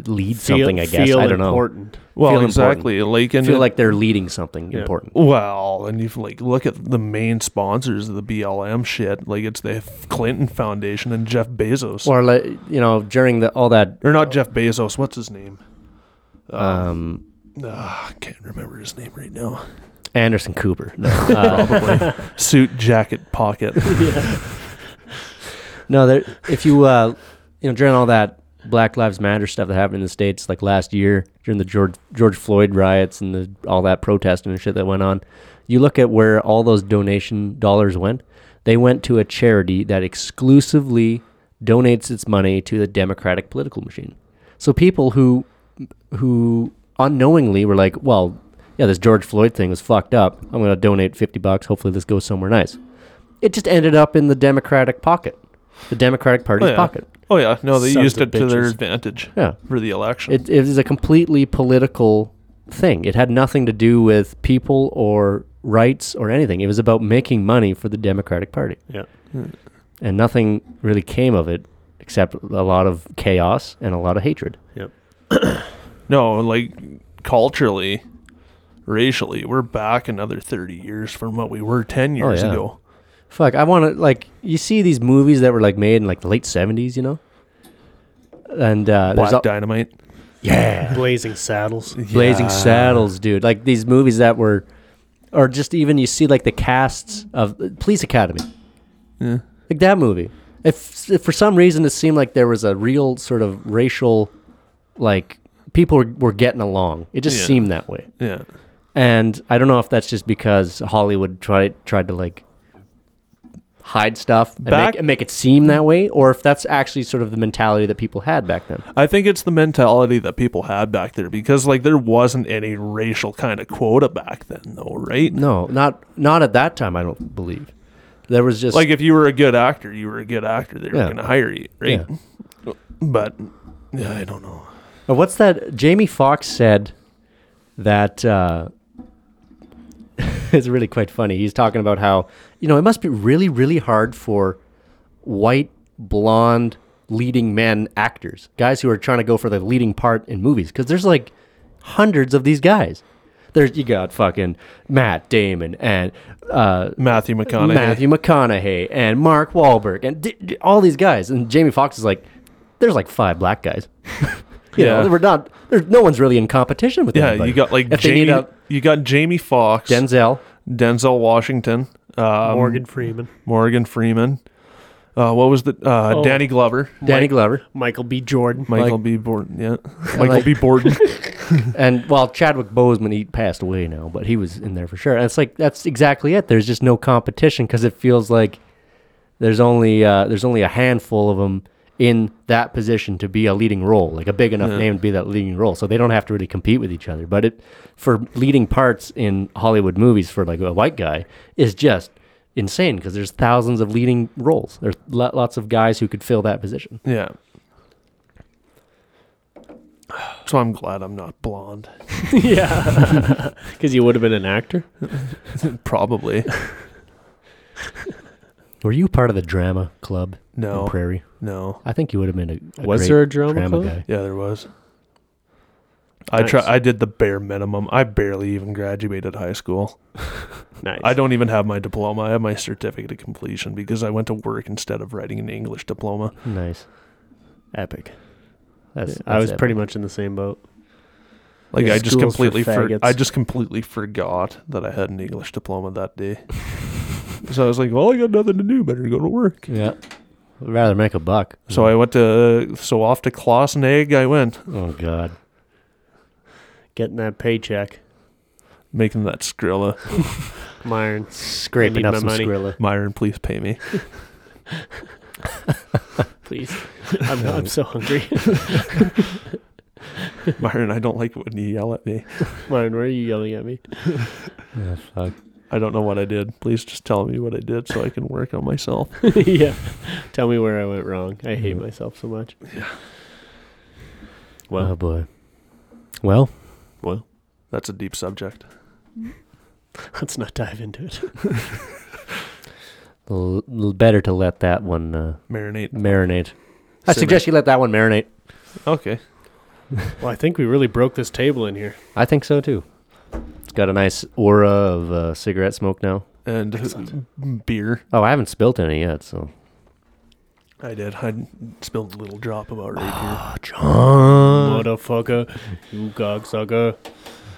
lead Feel- something. I guess feel I don't know. important. well, feel exactly. Like and feel it- like they're leading something Yeah. important. well, and you like look at the main sponsors of the BLM shit. Like it's the Clinton Foundation and Jeff Bezos. Or like you know, during the all that, or not Jeff Bezos. What's his name? Uh, um, Ah, I can't remember his name right now. Anderson Cooper. No, uh, Probably suit jacket pocket. no there, if you uh, you know, during all that Black Lives Matter stuff that happened in the states, like last year during the George George Floyd riots and the, all that protesting and shit that went on, you look at where all those donation dollars went. They went to a charity that exclusively donates its money to the Democratic political machine. So people who who unknowingly were like, well, yeah, this George Floyd thing was fucked up. I'm going to donate 50 bucks. Hopefully this goes somewhere nice. It just ended up in the Democratic pocket, the Democratic Party's Oh, yeah. pocket. Oh yeah, no, they Sons used of it to their bitches. advantage Yeah. for the election. It, it is a completely political thing. It had nothing to do with people or rights or anything. It was about making money for the Democratic Party. Yeah. And nothing really came of it except a lot of chaos and a lot of hatred. no, like culturally, racially, we're back another thirty years from what we were ten years Oh, yeah. ago. Fuck, I want to like you see these movies that were like made in like the late seventies, you know, and uh, Black there's all- dynamite. yeah, Blazing Saddles. Blazing Yeah. Saddles, dude. Like these movies that were, or just even you see like the casts of Police Academy, Yeah. like that movie. If, if for some reason it seemed like there was a real sort of racial, like people were, were getting along, it just Yeah. seemed that way. Yeah. And I don't know if that's just because Hollywood tried tried to like hide stuff and, Back- make, and make it seem that way, or if that's actually sort of the mentality that people had back then. I think it's the mentality that people had back there because like there wasn't any racial kind of quota back then though, right? No, not not at that time. I don't believe there was just Like if you were a good actor, you were a good actor. They were Yeah. gonna hire you, right? Yeah. But yeah, I don't know. Uh, What's that? Jamie Foxx said that uh, it's really quite funny. He's talking about how you know it must be really, really hard for white blonde leading men actors, guys who are trying to go for the leading part in movies, because there's like hundreds of these guys. There's you got fucking Matt Damon and uh, Matthew McConaughey. Matthew McConaughey and Mark Wahlberg and d- d- all these guys. And Jamie Foxx is like, there's like five black guys. you Yeah. know, we're not. There's no one's really in competition with. Yeah, anybody. you got like if they need Jamie, a you got Jamie Foxx, Denzel, Denzel Washington, um, Morgan Freeman. Morgan Freeman. Uh, what was the uh, Oh. Danny Glover? Danny Mike- Glover, Michael B. Jordan. Michael Mike- B. Borden. Yeah, Michael like- B. Borden. and well, Chadwick Boseman he passed away now, but he was in there for sure. And it's like that's exactly it. There's just no competition because it feels like there's only uh, there's only a handful of them in that position to be a leading role, like a big enough Yeah. name to be that leading role. So they don't have to really compete with each other. But it for leading parts in Hollywood movies for like a white guy is just insane because there's thousands of leading roles. There's lo- lots of guys who could fill that position. yeah. So I'm glad I'm not blonde. yeah. Because you would have been an actor. Probably Were you part of the drama club in no, Prairie? no. I think you would have been a, a Was great there a drama, club? guy. Yeah, there was. I Nice. try. I did the bare minimum. I barely even graduated high school. Nice. I don't even have my diploma. I have my certificate of completion because I went to work instead of writing an English diploma. Nice. Epic. That's, I that's was it. pretty much in the same boat. Like Yeah, I just school's for completely for faggots. I just completely forgot that I had an English diploma that day. so I was like, well, I got nothing to do. Better go to work. Yeah. I'd rather make a buck. So I went to so off to Klossnaig I went. Oh God. getting that paycheck. Making that Skrilla. Myron. Scraping need up my some money. Skrilla. Myron, please pay me. please. I'm, I'm so hungry. Myron, I don't like when you yell at me. Myron, why are you yelling at me? Yeah, fuck. I don't know what I did. Please just tell me what I did so I can work on myself. yeah. Mm-hmm. Tell me where I went wrong. I hate myself so much. oh boy. Well, Well, that's a deep subject. Let's not dive into it. l- l- better to let that one uh, Marinate. marinate. I Simmer. suggest you let that one marinate. Okay. Well, I think we really broke this table in here. I think so too. It's got a nice aura of uh, cigarette smoke now. And beer. Oh, I haven't spilt any yet, so. I did. I spilled a little drop about Ah, right Uh, John. Motherfucker. You cocksucker. here.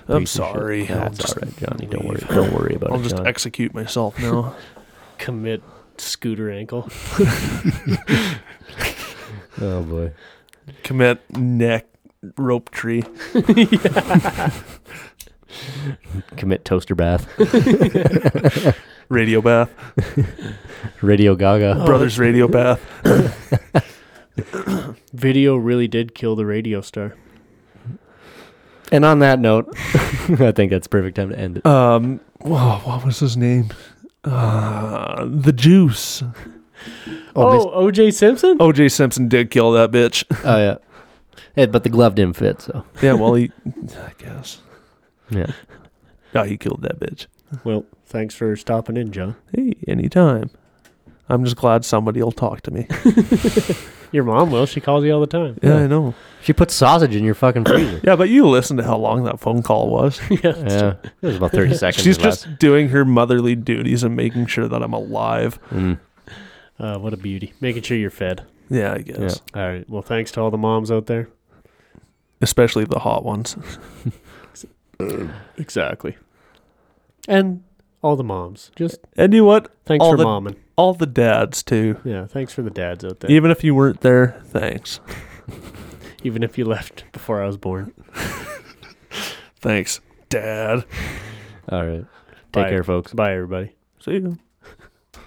I'm sorry. I'll That's just, all right, Johnny. Don't worry. leave. Don't worry about I'll it. just John. execute myself now. Commit scooter ankle. oh boy. Commit neck rope tree. Commit toaster bath. Radio bath. Radio Gaga. Brothers radio bath. Video really did kill the radio star. And on that note, I think that's perfect time to end it. Um, whoa, what was his name? Uh, the Juice. Miss- Oh, OJ Simpson? OJ Simpson did kill that bitch. oh yeah. Yeah, but the glove didn't fit, so Yeah, well, he, I guess. yeah. Yeah, he killed that bitch. Well, thanks for stopping in, John. Hey, anytime. I'm just glad somebody will talk to me. Your mom will. She calls you all the time. Yeah, I know. She put sausage in your fucking freezer. Yeah, but you listen to how long that phone call was. yeah. yeah, it was about thirty seconds. She's or less. just doing her motherly duties and making sure that I'm alive. Mm. Uh, what a beauty. Making sure you're fed. Yeah, I guess. Yeah. All right. Well, thanks to all the moms out there. Especially the hot ones. Exactly. And all the moms. Just And you know what? thanks All for the- momming. All the dads, too. Yeah. Thanks for the dads out there. Even if you weren't there, thanks. Even if you left before I was born. Thanks, Dad. All right. Take Bye. care, folks. Bye, everybody. See you.